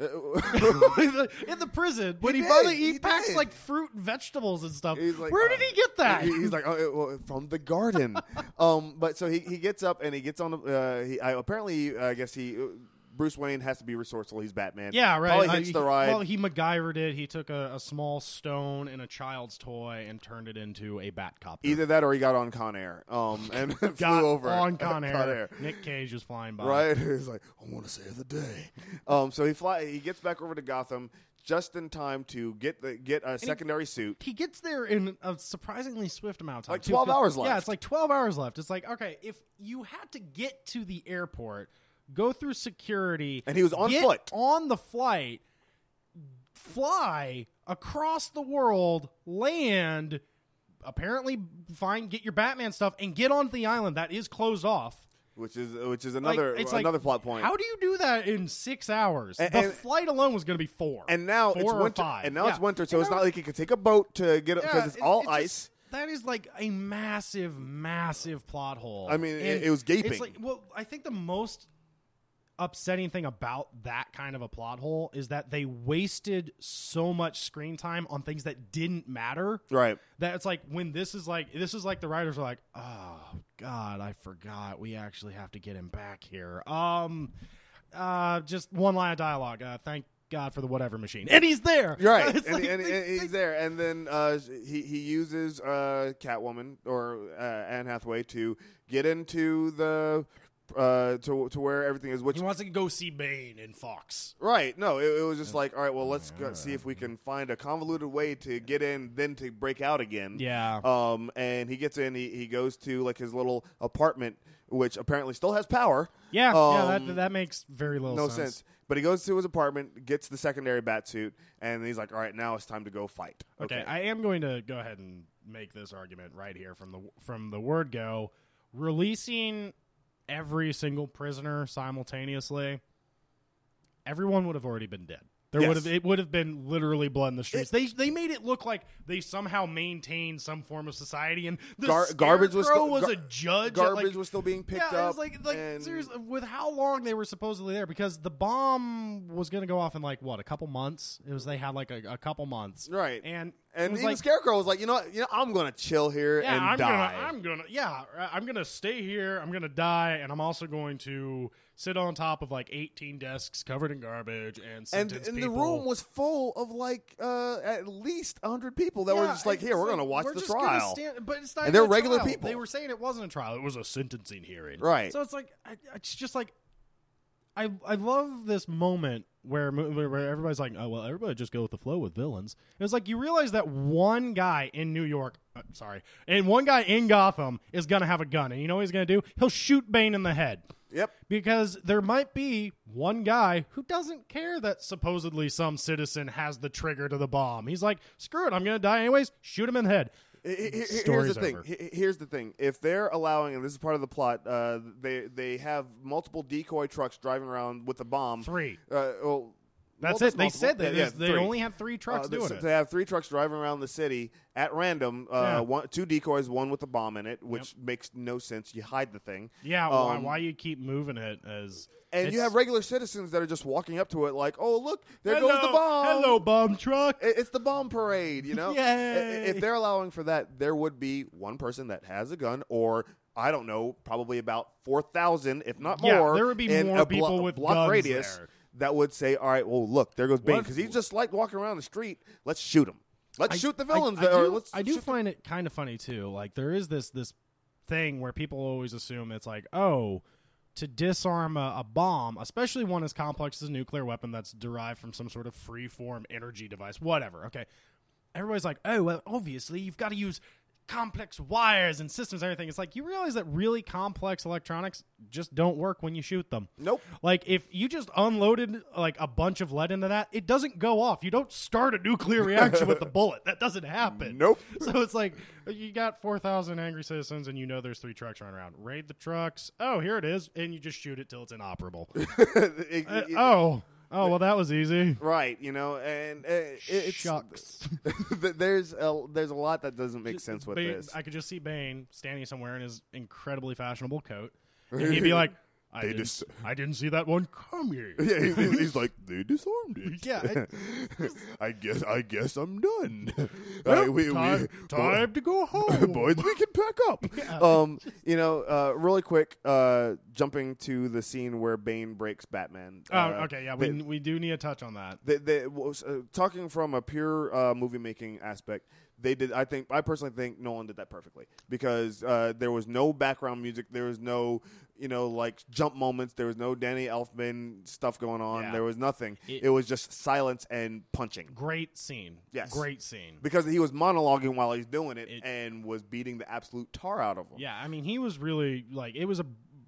A: uh,
B: in the- in the prison when
A: He
B: he,
A: did,
B: finally he,
A: he
B: packs
A: did.
B: like fruit and vegetables and stuff.
A: He's like,
B: Where
A: uh,
B: did he get that?
A: he- he's like, oh, it- well, from the garden. um, but so he, he gets up and he gets on the. Uh, he, I, apparently, I guess he. uh, Bruce Wayne has to be resourceful. He's Batman.
B: yeah, right.
A: Probably
B: Like,
A: hitched the
B: he-
A: ride.
B: Well, he MacGyvered it. He took a, a small stone and a child's toy and turned it into a bat copter.
A: Either that or he got on Con Air. Um, and
B: Got
A: flew over
B: on Con Air. Nick Cage was flying by.
A: Right? He's like, I want to save the day. um, so he fly. He gets back over to Gotham, just in time to get the get a secondary suit.
B: he gets there in a surprisingly swift amount of time.
A: Like
B: too,
A: 12
B: 'cause-
A: hours
B: Yeah,
A: left.
B: it's like 12 hours left. It's like, okay, if you had to get to the airport, go through security.
A: And he was on
B: get
A: foot.
B: On the flight, fly across the world, land, apparently find, get your Batman stuff, and get onto the island that is closed off.
A: Which is which is
B: Like,
A: another
B: it's like,
A: another plot point.
B: How do you do that in six hours?
A: And-
B: the
A: and-
B: flight alone was going to be four.
A: and now
B: four
A: it's
B: or
A: winter,
B: five.
A: and now it's
B: Yeah.
A: winter, so
B: And
A: it's
B: now
A: not like you could take a boat to get up because
B: yeah,
A: it's
B: it-
A: all
B: it just-
A: ice.
B: that is like a massive, massive plot hole.
A: I mean, it-
B: And
A: it was gaping.
B: It's like, well, I think the most upsetting thing about that kind of a plot hole is that they wasted so much screen time on things that didn't matter.
A: Right.
B: That it's like when this is like this is like the writers are like, oh god, I forgot we actually have to get him back here. Um, uh, just one line of dialogue. Uh, thank God for the whatever machine, and he's there.
A: Right,
B: It's
A: and,
B: like-
A: and- and he's there, and then uh, he he uses uh, Catwoman or uh, Anne Hathaway to get into the uh, to to where everything is. Which
B: He wants to go see Bane and Fox.
A: right, no, it, it was just like, all right, well, let's go, see if we can find a convoluted way to get in, then to break out again.
B: Yeah.
A: Um, and he gets in. He, he goes to like his little apartment, which apparently still has power.
B: Yeah, yeah,
A: Um,
B: that, that makes very little
A: no
B: sense.
A: sense. But he goes to his apartment, gets the secondary bat suit, and he's like, all right, now it's time to go fight.
B: Okay, I am going to go ahead and make this argument right here from the from the word go. Releasing every single prisoner simultaneously, everyone would have already been dead. There
A: Yes.
B: would have it would have been literally blood in the streets. they they made it look like they somehow maintained some form of society, and the
A: Gar- garbage was
B: Scarecrow
A: still-
B: was
A: gar-
B: a judge. at,
A: garbage
B: like,
A: was still being picked
B: yeah,
A: up.
B: it was like like
A: and-
B: seriously with how long they were supposedly there because the bomb was going to go off in like what a couple months. It was they had like a, a couple months,
A: Right.
B: And it
A: And
B: was
A: even
B: like,
A: Scarecrow was like, you know, what? you know, I'm gonna chill here
B: yeah,
A: and
B: I'm
A: die.
B: gonna, I'm gonna, yeah, I'm gonna stay here. I'm gonna die, and I'm also going to sit on top of like 18 desks covered in garbage and
A: and
B: sentence
A: and the
B: people.
A: room was full of like uh, at least hundred people that were
B: Yeah,
A: just like,
B: it's
A: here, we're gonna watch
B: we're
A: the
B: just gonna
A: trial.
B: stand- but it's not
A: And
B: even
A: they're
B: a
A: regular
B: trial.
A: people.
B: They were saying it wasn't a trial; it was a sentencing hearing.
A: Right.
B: So it's like I, it's just like I I love this moment where mo- where where everybody's like, oh well, everybody just go with the flow with villains. And it's like you realize that one guy in New York, uh, sorry, and one guy in Gotham is gonna have a gun, and you know what he's gonna do? He'll shoot Bane in the head.
A: Yep.
B: Because there might be one guy who doesn't care that supposedly some citizen has the trigger to the bomb. He's like, screw it, I'm going to die anyways. Shoot him in the head.
A: He- he- he- here's
B: Story's
A: the thing.
B: over.
A: He- he- Here's the thing. If they're allowing, and this is part of the plot, uh, they they have multiple decoy trucks driving around with the bomb.
B: Three.
A: Uh, well, well,
B: That's
A: there's
B: it. They
A: multiple-
B: said that
A: yeah, yeah,
B: they
A: three.
B: only had three trucks
A: Uh, they-
B: doing
A: so
B: it.
A: They have three trucks driving around the city at random. Uh,
B: Yeah.
A: one, two decoys, one with a bomb in it, which makes no sense. You hide the thing.
B: yeah, why,
A: Um,
B: why you keep moving it as
A: And you
B: it's-
A: have regular citizens that are just walking up to it, like, "Oh, look, there
B: hello,
A: goes the bomb!
B: Hello, bomb truck.
A: I- It's the bomb parade!" You know. I- I- If
B: Yay.
A: they're allowing for that, there would be one person that has a gun, or I don't know, probably about four thousand, if not
B: Yeah,
A: more.
B: there would be
A: in
B: more
A: a blo-
B: people with
A: block
B: guns
A: radius
B: there.
A: that would say, "All right, well, look, there goes Bane,
B: What-
A: because he's just like walking around the street. Let's shoot him. Let's
B: I-
A: shoot the
B: I-
A: villains.
B: I,
A: or
B: do,
A: let's
B: I do
A: shoot the
B: find it kind of funny too. Like there is this this thing where people always assume it's like, oh, to disarm a, a bomb, especially one as complex as a nuclear weapon that's derived from some sort of free form energy device, whatever. Okay, everybody's like, oh, well, obviously you've got to use complex wires and systems and everything. It's like you realize that really complex electronics just don't work when you shoot them.
A: Nope.
B: Like if you just unloaded like a bunch of lead into that, it doesn't go off. You don't start a nuclear reaction with a bullet. That doesn't happen.
A: Nope.
B: So it's like you got 4,000 angry citizens and you know there's three trucks running around. Raid the trucks. Oh, here it is. And you just shoot it till it's inoperable.
A: It-
B: Uh,
A: it-
B: oh. Oh, well that was easy.
A: right you know and uh, it, it's
B: Shucks.
A: th- there's a there's a lot that doesn't make sense with
B: Bane-
A: this
B: I could just see Bane standing somewhere in his incredibly fashionable coat, and he'd be like, "I,
A: They
B: didn't,
A: just-
B: I didn't see that one coming."
A: yeah he- he- he's like they disarmed it
B: yeah, I-
A: i guess i guess i'm done
B: well,
A: Alright, we- we-
B: time, time to go home.
A: boys we can pack up um you know uh really quick uh jumping to the scene where bane breaks batman
B: Oh,
A: Uh,
B: okay, yeah, we,
A: they-
B: we do need to touch on that.
A: they, they, was, uh, talking from a pure uh, movie making aspect, They did. I think. I personally think Nolan did that perfectly because uh, there was no background music. There was no, you know, like jump moments. There was no Danny Elfman stuff going on.
B: Yeah.
A: There was nothing.
B: It-
A: It, was just silence and punching
B: Great scene.
A: Yes.
B: Great scene.
A: because he was monologuing while he's doing it,
B: It-
A: and was beating the absolute tar out of him.
B: Yeah, I mean, he was really like it was a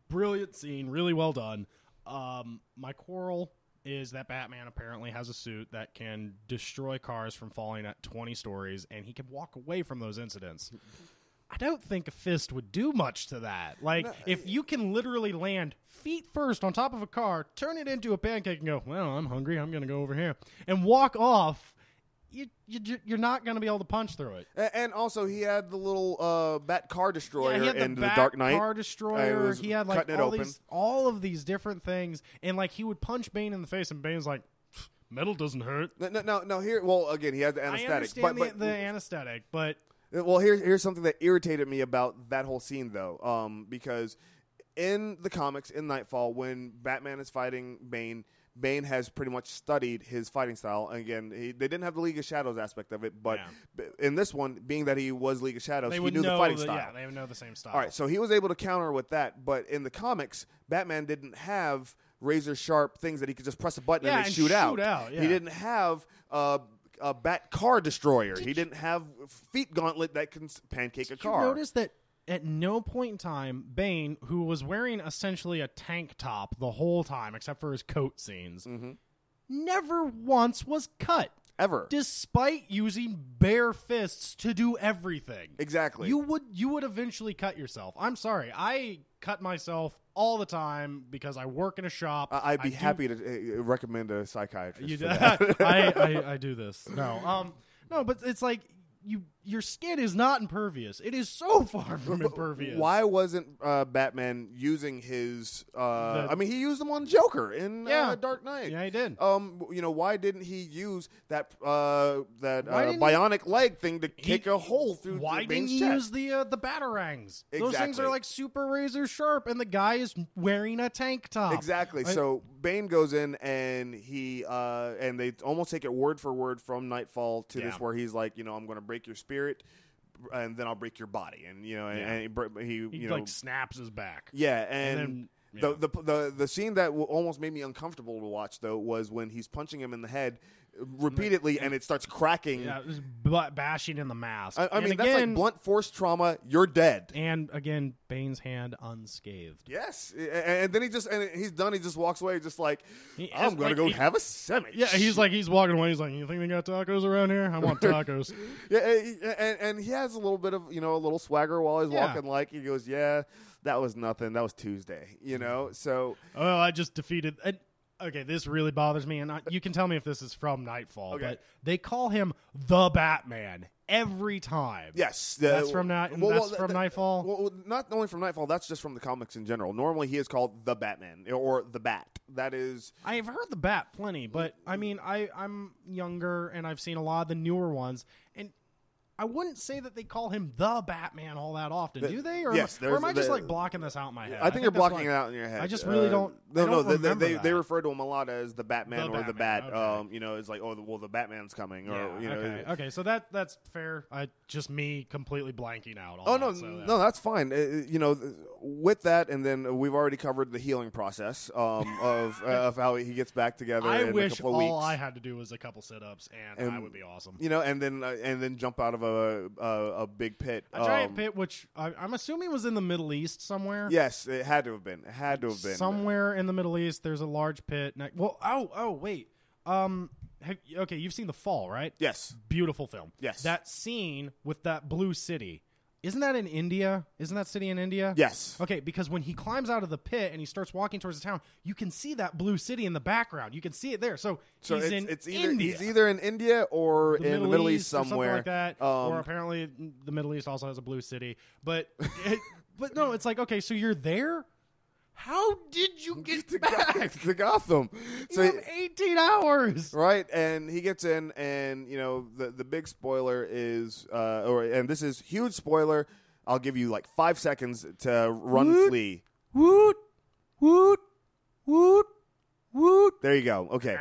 B: brilliant scene, really well done. Um, my quarrel is that Batman apparently has a suit that can destroy cars from falling at 20 stories, and he can walk away from those incidents. I don't think a fist would do much to that. Like, if you can literally land feet first on top of a car, turn it into a pancake, and go, "Well, I'm hungry. I'm gonna go over here," and walk off. You, you ju- you're not gonna be able to punch through it.
A: A- And also, he had the little uh, bat car destroyer
B: Yeah, he had
A: in the,
B: bat
A: Dark Knight.
B: Car
A: Uh, it
B: Destroyer.
A: was
B: He had like
A: cutting it
B: all
A: open.
B: these, all of these different things, and like he would punch Bane in the face, and Bane's like, "Metal doesn't hurt."
A: No, no, no, no, Here, well, again, he had the
B: I
A: anesthetic.
B: understand
A: but,
B: the,
A: but
B: the anesthetic, but
A: Uh, Well, here's here's something that irritated me about that whole scene though, um, because in the comics in Nightfall, when Batman is fighting Bane, Bane has pretty much studied his fighting style. And again, he, they didn't have the League of Shadows aspect of it, but
B: Yeah.
A: b- in this one, being that he was League of Shadows,
B: they
A: he
B: would
A: knew
B: know
A: the fighting
B: the-
A: style.
B: Yeah, they would know the same style.
A: All right, so he was able to counter with that, but in the comics, Batman didn't have razor sharp things that he could just press a button
B: Yeah,
A: and they
B: and
A: shoot,
B: shoot
A: out.
B: out, yeah.
A: He didn't have uh, a bat car destroyer. he didn't have feet gauntlet that can s- pancake a
B: you
A: car.
B: notice that at no point in time, Bane, who was wearing essentially a tank top the whole time, except for his coat scenes,
A: Mm-hmm.
B: never once was cut.
A: Ever.
B: Despite using bare fists to do everything.
A: exactly.
B: You would you would eventually cut yourself. I'm sorry. I cut myself all the time because I work in a shop.
A: I- I'd be
B: do-
A: happy to uh, recommend a psychiatrist.
B: you
A: for
B: do,
A: that.
B: I, I I do this. No. Um no, but it's like you your skin is not impervious. It is so far from impervious.
A: Why wasn't uh, Batman using his? Uh,
B: The-
A: I mean, he used them on Joker in
B: Yeah.
A: uh, Dark Knight.
B: Yeah, he did.
A: Um, you know, why didn't he use that uh, that
B: Why
A: uh,
B: didn't-
A: bionic leg thing to
B: He-
A: kick a hole through? the
B: Why didn't
A: Bane's
B: he
A: chest?
B: use the uh, the batarangs? Those things
A: Exactly.
B: are like super razor sharp, and the guy is wearing a tank top.
A: Exactly.
B: I-
A: so Bane goes in and he uh, and they almost take it word for word from Nightfall to
B: Yeah.
A: this, where he's like, you know, I'm going to break your spirit, and then I'll break your body, and you know, and,
B: Yeah.
A: and he br- he,
B: he
A: you know,
B: like snaps his back.
A: yeah, and.
B: then- yeah.
A: The, the the the scene that w- almost made me uncomfortable to watch though was when he's punching him in the head repeatedly and it starts cracking.
B: Yeah, just b- bashing in the mask.
A: I, I
B: And
A: mean that's
B: again,
A: like blunt force trauma. You're dead.
B: And again, Bane's hand unscathed.
A: Yes, a- a- and then he just and he's done. He just walks away, just like
B: He-
A: I'm
B: it's
A: gonna
B: like
A: go
B: he-
A: have a sandwich.
B: Yeah, he's like he's walking away. He's like, "You think they got tacos around here? I want tacos."
A: yeah, and, and- and he has a little bit of you know a little swagger while he's
B: Yeah.
A: walking. Like he goes, yeah, that was nothing. That was Tuesday, you know. So
B: oh, I just defeated. And, okay, this really bothers me, and I, you can tell me if this is from Nightfall.
A: Okay.
B: But they call him the Batman every time.
A: yes,
B: that's from Night.
A: well, well,
B: that's from
A: th-
B: Nightfall.
A: Well, well, not only from Nightfall, that's just from the comics in general. Normally, he is called the Batman or the Bat. That is
B: I have heard the bat plenty, but I mean, I I'm younger and I've seen a lot of the newer ones, and I wouldn't say that they call him the Batman all that often, do they? Or,
A: yes,
B: am, I- or am
A: there's
B: I just
A: the-
B: like blocking this out in my head?
A: I think you're
B: that's
A: blocking
B: why-
A: it out in your head. Uh,
B: I just really don't-
A: No,
B: I don't
A: no, they- they,
B: remember
A: they,
B: that.
A: they refer to him a lot as the Batman
B: The
A: or the
B: Batman,
A: Bat.
B: okay.
A: Um, you know, it's like oh, the, well, the Batman's coming, or
B: Yeah,
A: you know.
B: okay, okay, so that that's fair. I just me completely blanking out. on
A: Oh
B: that,
A: no,
B: so, yeah.
A: no, that's fine. Uh, you know, th- with that, and then we've already covered the healing process um, of uh, of how he gets back together.
B: I
A: in a
B: wish
A: couple
B: all
A: of weeks.
B: I had to do was a couple sit ups, and, I
A: And-
B: would be awesome.
A: you know, and then uh, and then jump out of a a, a big pit.
B: A giant
A: Um,
B: pit, which I, I'm assuming was in the Middle East somewhere.
A: Yes, it had to have been. It had to have been. uh,
B: somewhere in the Middle East. There's a large pit. Ne- well, oh, oh, wait. Um, have, okay, you've seen The Fall, right?
A: Yes.
B: Beautiful film.
A: Yes.
B: That scene with that blue city. Isn't that in India? Isn't that city in India?
A: Yes.
B: Okay, because when he climbs out of the pit and he starts walking towards the town, you can see that blue city in the background. You can see it there. So,
A: So
B: he's
A: it's,
B: in
A: it's either
B: India.
A: he's either in India or in the Middle East
B: or something
A: somewhere
B: like that.
A: Um,
B: or apparently, the Middle East also has a blue city. But, it, but no, it's like okay, so you're there. How did you get
A: to,
B: back?
A: Goth- to Gotham. So
B: you have 18 hours.
A: right, and he gets in, and you know the the big spoiler is, uh, or and this is huge spoiler. I'll give you like five seconds to run
B: Woot.
A: flee.
B: Woot, woot, woot, woot.
A: There you go. Okay.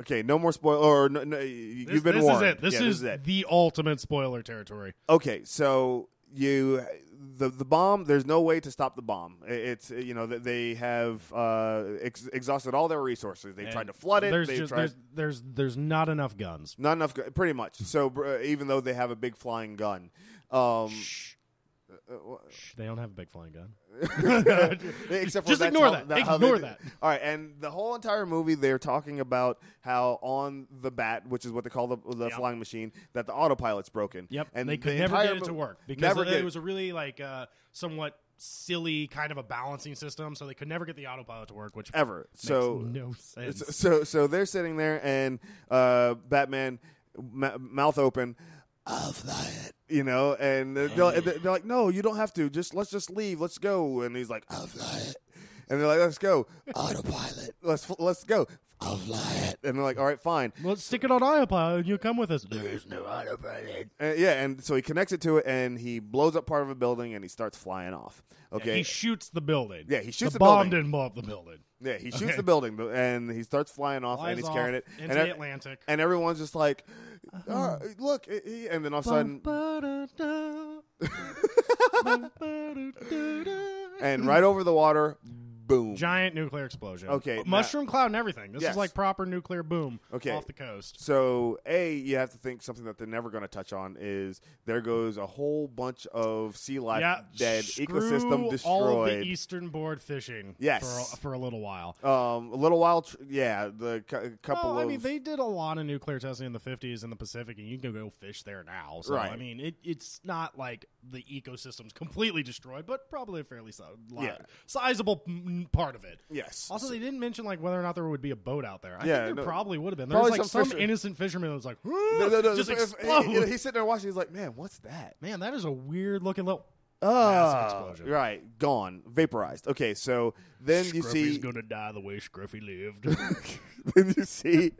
A: Okay, no more spoil. Or no, no, you've
B: This,
A: been
B: this
A: warned.
B: is it. This,
A: Yeah,
B: is the ultimate spoiler territory.
A: Okay, so you the the bomb. There's no way to stop the bomb. I- It's you know th- they have uh, ex- exhausted all their resources. They tried
B: And
A: to flood it.
B: There's
A: They
B: just
A: tried
B: there's, there's there's not enough guns.
A: not enough. gu- Pretty much. So br- uh, even though they have a big flying gun, um, uh,
B: Shh, they don't have a big flying gun.
A: except for
B: Just
A: that's
B: ignore
A: how-
B: that.
A: how they
B: Ignore
A: do-
B: that.
A: All right, and the whole entire movie, they're talking about how on the bat, which is what they call the, the
B: Yep.
A: flying machine, that the autopilot's broken.
B: Yep,
A: and
B: and they could
A: the
B: never
A: entire
B: get it to
A: mo-
B: work because
A: Never
B: it,
A: did.
B: was a really like uh, somewhat silly kind of a balancing system, so they could never get the autopilot to work, which
A: ever.
B: makes
A: so
B: no
A: S-
B: sense.
A: So so they're sitting there, and uh, Batman, ma- mouth open, I'll fly it. You know, and they're, they're, they're like, "No, you don't have to. Just let's just leave. Let's go." And he's like, "I'll fly it." And they're like, "Let's go, autopilot. Let's fl- let's go. I'll fly it." And they're like, "All right, fine."
B: Let's stick it on autopilot, and you come with us. There's no
A: Uh, yeah, and so he connects it to it, and he blows up part of a building, and he starts flying off. Okay,
B: He shoots the building.
A: Yeah, he shoots the
B: the
A: building.
B: bomb. Didn't blow up the building.
A: yeah, he shoots
B: Okay.
A: the building, bu- and he starts flying off, and
B: Flies
A: he's
B: off Uh-huh.
A: carrying it,
B: into
A: and
B: the
A: e-
B: Atlantic.
A: and everyone's just like, "Ah, "Look!" it- he-" And then all of a sudden, and right over the water, boom.
B: Giant nuclear explosion. Uh,
A: Okay, now-
B: mushroom cloud and everything. This
A: Yes.
B: is like proper nuclear boom.
A: Okay.
B: off the coast.
A: so, A, you have to think something that they're never going to touch on is there goes a whole bunch of sea life
B: yeah,
A: dead,
B: screw
A: ecosystem
B: All of the
A: destroyed.
B: eastern board fishing.
A: Yes.
B: for, for a little while.
A: um, a little while, tr- yeah, the cou- couple
B: Well, I
A: of.
B: mean, they did a lot of nuclear testing in the 50s in the Pacific, and you can go fish there now. So,
A: Right.
B: I mean, it, it's not like the ecosystem's completely destroyed, but probably a fairly si- li-
A: Yeah.
B: sizable mm, part of it.
A: yes.
B: Also, they didn't mention like whether or not there would be a boat out there. I
A: Yeah,
B: think
A: no.
B: there probably would have been. There
A: Probably
B: was like
A: some
B: some,
A: fisher-
B: innocent fisherman that was like,
A: No, no, no,
B: just
A: if- if-
B: explode.
A: he- he's sitting there watching. He's like, "Man, what's that?"
B: Man, that is a weird looking little.
A: Ah,
B: explosion.
A: right, gone, vaporized. Okay, so then you
B: Scruffy's
A: see,
B: gonna die the way Scruffy lived.
A: then you see,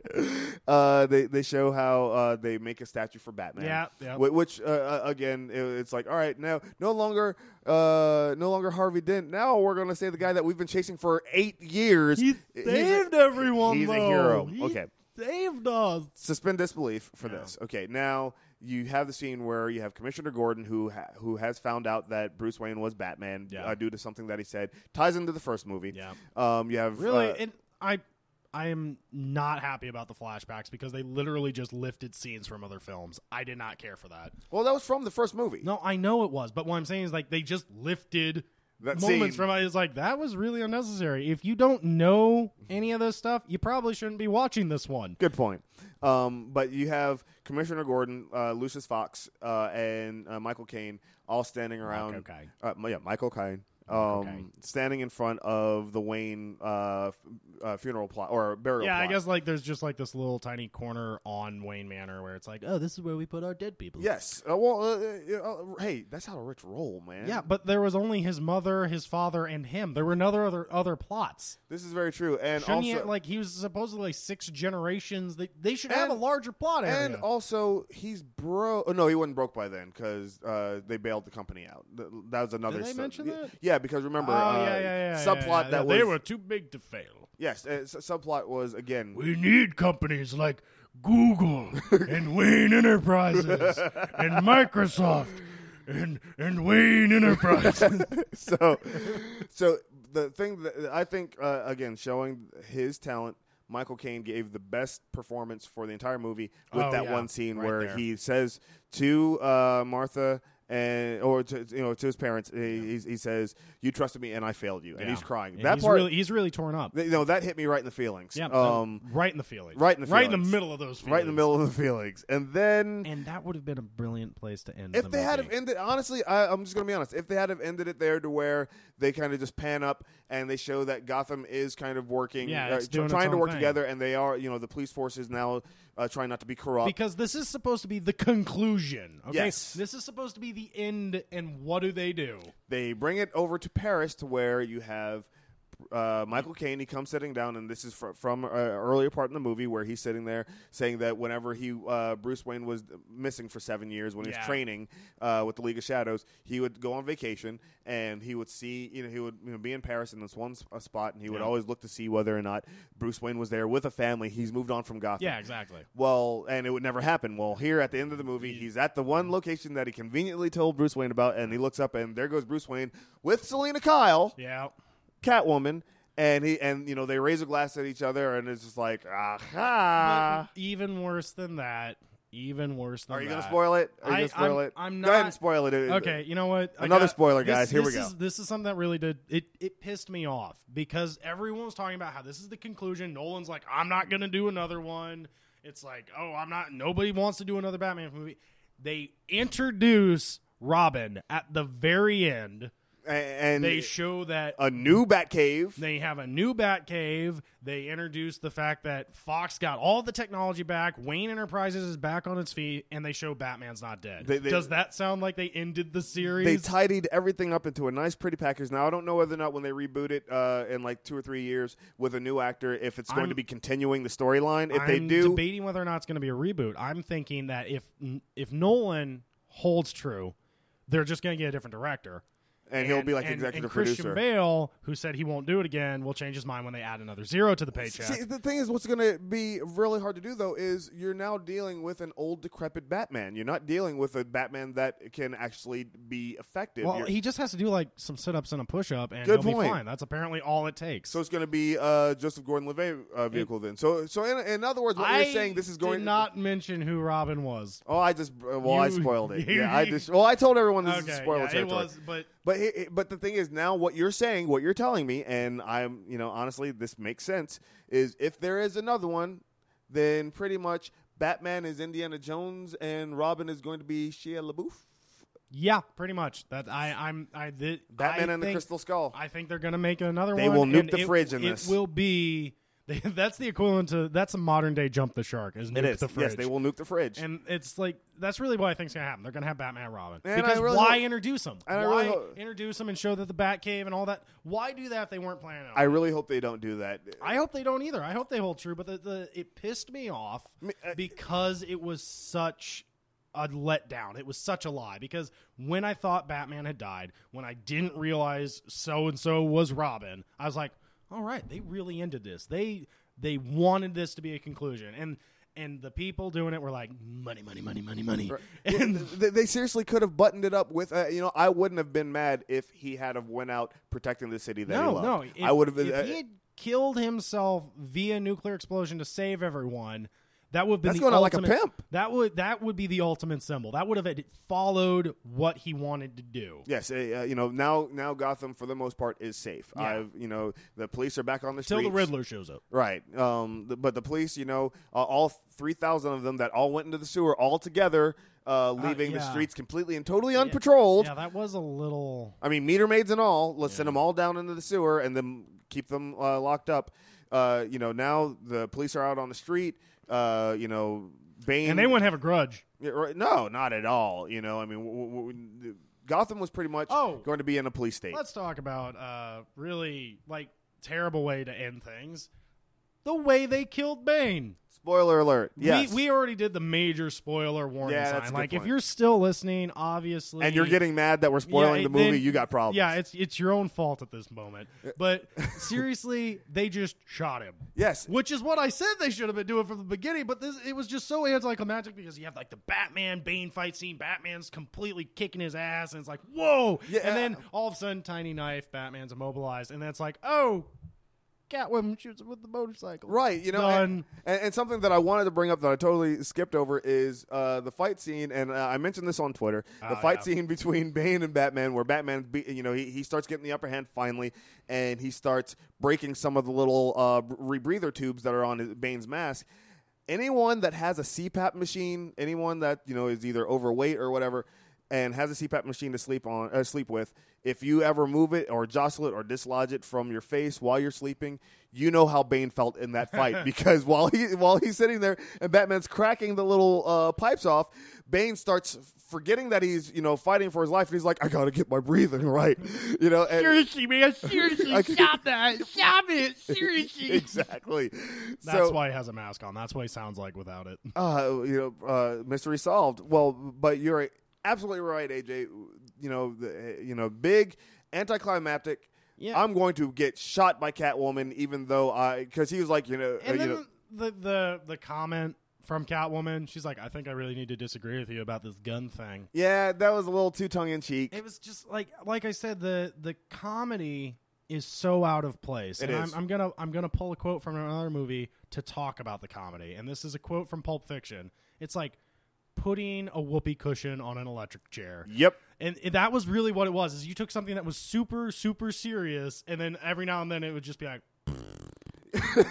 A: uh, they they show how uh, they make a statue for Batman.
B: Yeah, yeah.
A: Wh- Which uh, uh, again, it, it's like, all right, now no longer, uh, no longer Harvey Dent. Now we're gonna say the guy that we've been chasing for eight years.
B: he
A: He's a-
B: saved everyone.
A: He's
B: though.
A: a hero.
B: He
A: Okay,
B: saved us.
A: suspend disbelief for
B: Yeah.
A: this. Okay, now you have the scene where you have Commissioner Gordon, who ha- who has found out that Bruce Wayne was Batman
B: Yeah.
A: uh, due to something that he said. Ties into the first movie.
B: Yeah.
A: Um, you have
B: Really,
A: uh,
B: and I I am not happy about the flashbacks because they literally just lifted scenes from other films. I did not care for that.
A: well, that was from the first movie.
B: No, I know it was, but what I'm saying is like they just lifted
A: That
B: moments
A: scene.
B: from it. It's like that was really unnecessary. If you don't know any of this stuff, you probably shouldn't be watching this one.
A: Good point. Um, but you have Commissioner Gordon, uh, Lucius Fox, uh, and uh, Michael Caine all standing around.
B: Michael Caine.
A: Uh, yeah, Michael Caine. Um,
B: Caine.
A: standing in front of the Wayne uh, f- uh, funeral plot or burial.
B: Yeah, I
A: plot.
B: guess like there's just like this little tiny corner on Wayne Manor where it's like, oh, this is where we put our dead people.
A: Yes. Uh, well, uh, uh, uh, hey, that's how the rich roll, man.
B: Yeah, but there was only his mother, his father, and him. There were no other other, other plots.
A: This is very true. And
B: Shouldn't he,
A: also,
B: like he was supposedly like six generations. They they should have a
A: And-
B: larger plot area. Oh,
A: and also, he's broke. Oh, no, he wasn't broke by then because uh, they bailed the company out. Th- That was another.
B: Did they
A: sub-
B: mention
A: yeah,
B: that?
A: Yeah, because remember,
B: oh
A: uh,
B: yeah, yeah, yeah.
A: subplot
B: yeah, yeah.
A: that
B: they
A: was
B: were too big to fail.
A: yes, uh, s- subplot was again.
B: We need companies like Google and Wayne Enterprises and Microsoft and and Wayne Enterprises.
A: so, so the thing that I think uh, again showing his talent, Michael Caine gave the best performance for the entire movie with
B: Oh,
A: that
B: yeah.
A: one scene
B: Right
A: where
B: there.
A: he says to uh, Martha and or to you know to his parents, he, he says, "You trusted me and I failed you," and he's crying.
B: Yeah,
A: that
B: he's
A: part,
B: really, he's really torn up.
A: you know, that hit me right in the feelings.
B: Yeah,
A: um,
B: right in the feelings.
A: right in the
B: right in the
A: feelings.
B: middle of those. Feelings.
A: right in the middle of the feelings, and then.
B: And that would have been a brilliant place to end.
A: if
B: the
A: they had
B: movie.
A: have ended, honestly, I, I'm just gonna be honest. If they had have ended it there to where they kind of just pan up and they show that Gotham is kind of working,
B: Yeah,
A: uh,
B: it's doing its
A: trying to
B: own
A: work
B: thing.
A: together, and they are, you know, the police force is now uh, trying not to be corrupt.
B: because this is supposed to be the conclusion. Okay,
A: Yes.
B: this is supposed to be the end, and what do they do?
A: they bring it over to Paris to where you have uh, Michael Caine. He comes sitting down, and this is fr- from uh, earlier part in the movie where he's sitting there saying that whenever he uh, Bruce Wayne was missing for seven years when he
B: Yeah.
A: was training uh, with the League of Shadows, he would go on vacation and he would see, you know, he would you know, be in Paris in this one s- uh, spot, and he would
B: Yeah.
A: always look to see whether or not Bruce Wayne was there with a family. He's moved on from Gotham.
B: Yeah, exactly.
A: Well, and it would never happen. Well, here at the end of the movie, he's at the one location that he conveniently told Bruce Wayne about, and he looks up, and there goes Bruce Wayne with Selena Kyle,
B: Yeah.
A: Catwoman, and he and you know they raise a glass at each other, and it's just like, aha.
B: even worse than that. Even worse than
A: Uh, Are you
B: that.
A: gonna spoil it? Are you
B: I-
A: gonna spoil
B: I'm-
A: it?
B: I'm
A: Go ahead and
B: not-
A: spoil it. It-
B: Okay, you know what? I
A: Another
B: got-
A: spoiler,
B: this-
A: guys. Here we
B: this
A: go.
B: Is, this is something that really did it. It pissed me off because everyone was talking about how this is the conclusion. Nolan's like, I'm not gonna do another one. It's like, oh, I'm not. Nobody wants to do another Batman movie. They introduce Robin at the very end.
A: a- and
B: They show that
A: a new Batcave.
B: they have a new Batcave. They introduce the fact that Fox got all the technology back. Wayne Enterprises is back on its feet, and they show Batman's not dead.
A: They- they-
B: Does that sound like they ended the series?
A: They tidied everything up into a nice, pretty package. Now I don't know whether or not when they reboot it uh, in like two or three years with a new actor, if it's going
B: I'm-
A: to be continuing the storyline. If
B: I'm
A: they do,
B: debating whether or not it's going to be a reboot. I'm thinking that if if Nolan holds true, they're just going to get a different director,
A: and he'll be like
B: and-
A: executive
B: and Christian
A: producer.
B: Bale, who said he won't do it again, will change his mind when they add another zero to the paycheck.
A: See, the thing is, what's going to be really hard to do though is you're now dealing with an old, decrepit Batman. You're not dealing with a Batman that can actually be effective.
B: well,
A: You're-
B: he just has to do like some sit ups and a push up, and
A: Good
B: he'll
A: point.
B: be fine. That's apparently all it takes.
A: so it's going to be uh, Joseph Gordon-Levitt uh, vehicle then. So, so in, in other words, what
B: I
A: you're saying, this is going
B: did not mention who Robin was.
A: Oh, I just well, I
B: You-
A: spoiled it.
B: you-
A: yeah, I just well, I told everyone this is
B: okay,
A: spoiler
B: yeah, it
A: territory.
B: was, but
A: But he- he- but the thing is now what you're saying, what you're telling me, and I'm you know honestly this makes sense is if there is another one, then pretty much Batman is Indiana Jones and Robin is going to be Shia LaBeouf.
B: yeah, pretty much. That I I'm I did
A: Batman
B: I
A: and the
B: think-
A: Crystal Skull.
B: I think they're gonna make another
A: They
B: one.
A: will nuke
B: and
A: the
B: it-
A: fridge in
B: it
A: this.
B: will be. that's the equivalent to that's a modern day jump the shark. Is nuke the fridge?
A: yes, they will nuke the fridge. And,
B: And it's like that's really what I think's gonna happen. They're gonna have Batman and Robin
A: And I
B: because
A: really
B: why
A: hope-
B: introduce them?
A: and I
B: why
A: really hope-
B: introduce them and show that the Batcave and all that? Why do that if they weren't planning on?
A: I
B: it?
A: really hope they don't do that.
B: I hope they don't either. I hope they hold true, but the, the it pissed me off
A: mean, I-
B: because it was such a letdown. It was such a lie because when I thought Batman had died, when I didn't realize so and so was Robin, I was like, "All right, they really ended this. They they wanted this to be a conclusion." And and the people doing it were like, "Money, money, money, money, money." And
A: they, they seriously could have buttoned it up with, uh, you know, I wouldn't have been mad if he had have went out protecting the city that he
B: no,
A: loved.
B: no, if,
A: I would have.
B: If
A: uh,
B: he had killed himself via nuclear explosion to save everyone, that would have been
A: That's
B: the
A: going out like a
B: ultimate,
A: pimp.
B: That would that would be the ultimate symbol. That would have it followed what he wanted to do.
A: Yes, uh, uh, you know now. Now Gotham, for the most part, is safe.
B: Yeah.
A: I've, you know, the police are back on the
B: Till
A: streets.
B: the Riddler shows up.
A: right? Um, the, but the police, you know, uh, all three thousand of them that all went into the sewer all together, uh, leaving the
B: yeah.
A: streets completely and totally unpatrolled.
B: Yeah, that was a little.
A: I mean, meter maids and all. Let's send them all down into the sewer and then keep them uh, locked up. Uh, you know, now the police are out on the street. Uh, you know, Bane
B: And they wouldn't have a grudge.
A: Yeah, right. No, not at all. You know, I mean, w- w- w- Gotham was pretty much
B: Oh.
A: going to be in a police state.
B: Let's talk about uh, really like terrible way to end things. The way they killed Bane.
A: Spoiler alert. Yes.
B: We, we already did the major spoiler warning
A: Yeah,
B: sign.
A: that's a good
B: like
A: point.
B: if you're still listening, obviously
A: and you're getting mad that we're spoiling
B: Yeah,
A: the movie.
B: then-
A: you got problems.
B: Yeah, it's it's your own fault at this moment. But seriously, they just shot him.
A: yes.
B: Which is what I said they should have been doing from the beginning, but this it was just so anticlimactic because you have like the Batman Bane fight scene, Batman's completely kicking his ass, and it's like, whoa.
A: Yeah.
B: And then all of a sudden, tiny knife, Batman's immobilized, and that's like, oh, Catwoman shoots him with the motorcycle.
A: Right, you know, and,
B: Done.
A: and, and something that I wanted to bring up that I totally skipped over is uh, the fight scene, and uh, I mentioned this on Twitter. The
B: Oh,
A: fight
B: yeah.
A: scene between Bane and Batman, where Batman, be, you know, he, he starts getting the upper hand finally, and he starts breaking some of the little uh, rebreather tubes that are on his, Bane's mask. Anyone that has a CPAP machine, anyone that you know is either overweight or whatever, and has a CPAP machine to sleep on, uh, sleep with. If you ever move it or jostle it or dislodge it from your face while you're sleeping, you know how Bane felt in that fight because while he while he's sitting there and Batman's cracking the little uh, pipes off, Bane starts forgetting that he's you know fighting for his life and he's like, I gotta get my breathing right, you know. and-
B: Seriously, man. Seriously,
A: I-
B: stop that. Stop it. Seriously.
A: exactly.
B: That's
A: so,
B: why he has a mask on. That's what he sounds like without it.
A: uh, you know, uh, mystery solved. Well, but you're absolutely right, AJ. You know, the, you know, big anticlimactic.
B: Yeah.
A: I'm going to get shot by Catwoman, even though I because he was like, you know, uh,
B: And
A: you
B: then
A: know
B: the, the the comment from Catwoman, she's like, "I think I really need to disagree with you about this gun thing."
A: yeah, that was a little too tongue in cheek.
B: It was just like like I said, the the comedy is so out of place.
A: It
B: and
A: is.
B: I'm, I'm gonna I'm gonna pull a quote from another movie to talk about the comedy, and this is a quote from Pulp Fiction. It's like putting a whoopee cushion on an electric chair.
A: Yep.
B: And it- that was really what it was. Is you took something that was super, super serious, and then every now and then it would just be like,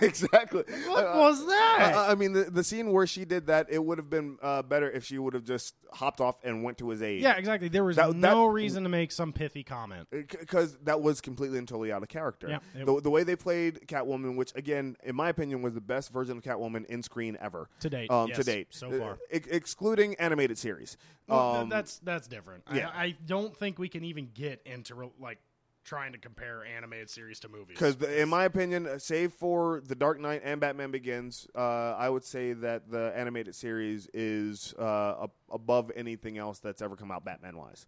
A: exactly.
B: "What
A: Uh,
B: was that?"
A: I, I mean, the, the scene where she did that, it would have been uh, better if she would have just hopped off and went to his aid.
B: yeah, exactly. There was
A: That- that-
B: no reason to make some pithy comment.
A: because Uh, that was completely and totally out of character.
B: Yeah, it-
A: the, the way they played Catwoman, which again, in my opinion, was the best version of Catwoman in screen ever
B: To date,
A: Um, to
B: yes,
A: date,
B: so far.
A: Uh, ex- excluding animated series.
B: Well, th-
A: Um,
B: that's that's different.
A: yeah.
B: I, I don't think we can even get into re- like trying to compare animated series to movies
A: because, in my opinion, uh, save for The Dark Knight and Batman Begins, uh, I would say that the animated series is uh, ab- above anything else that's ever come out Batman wise.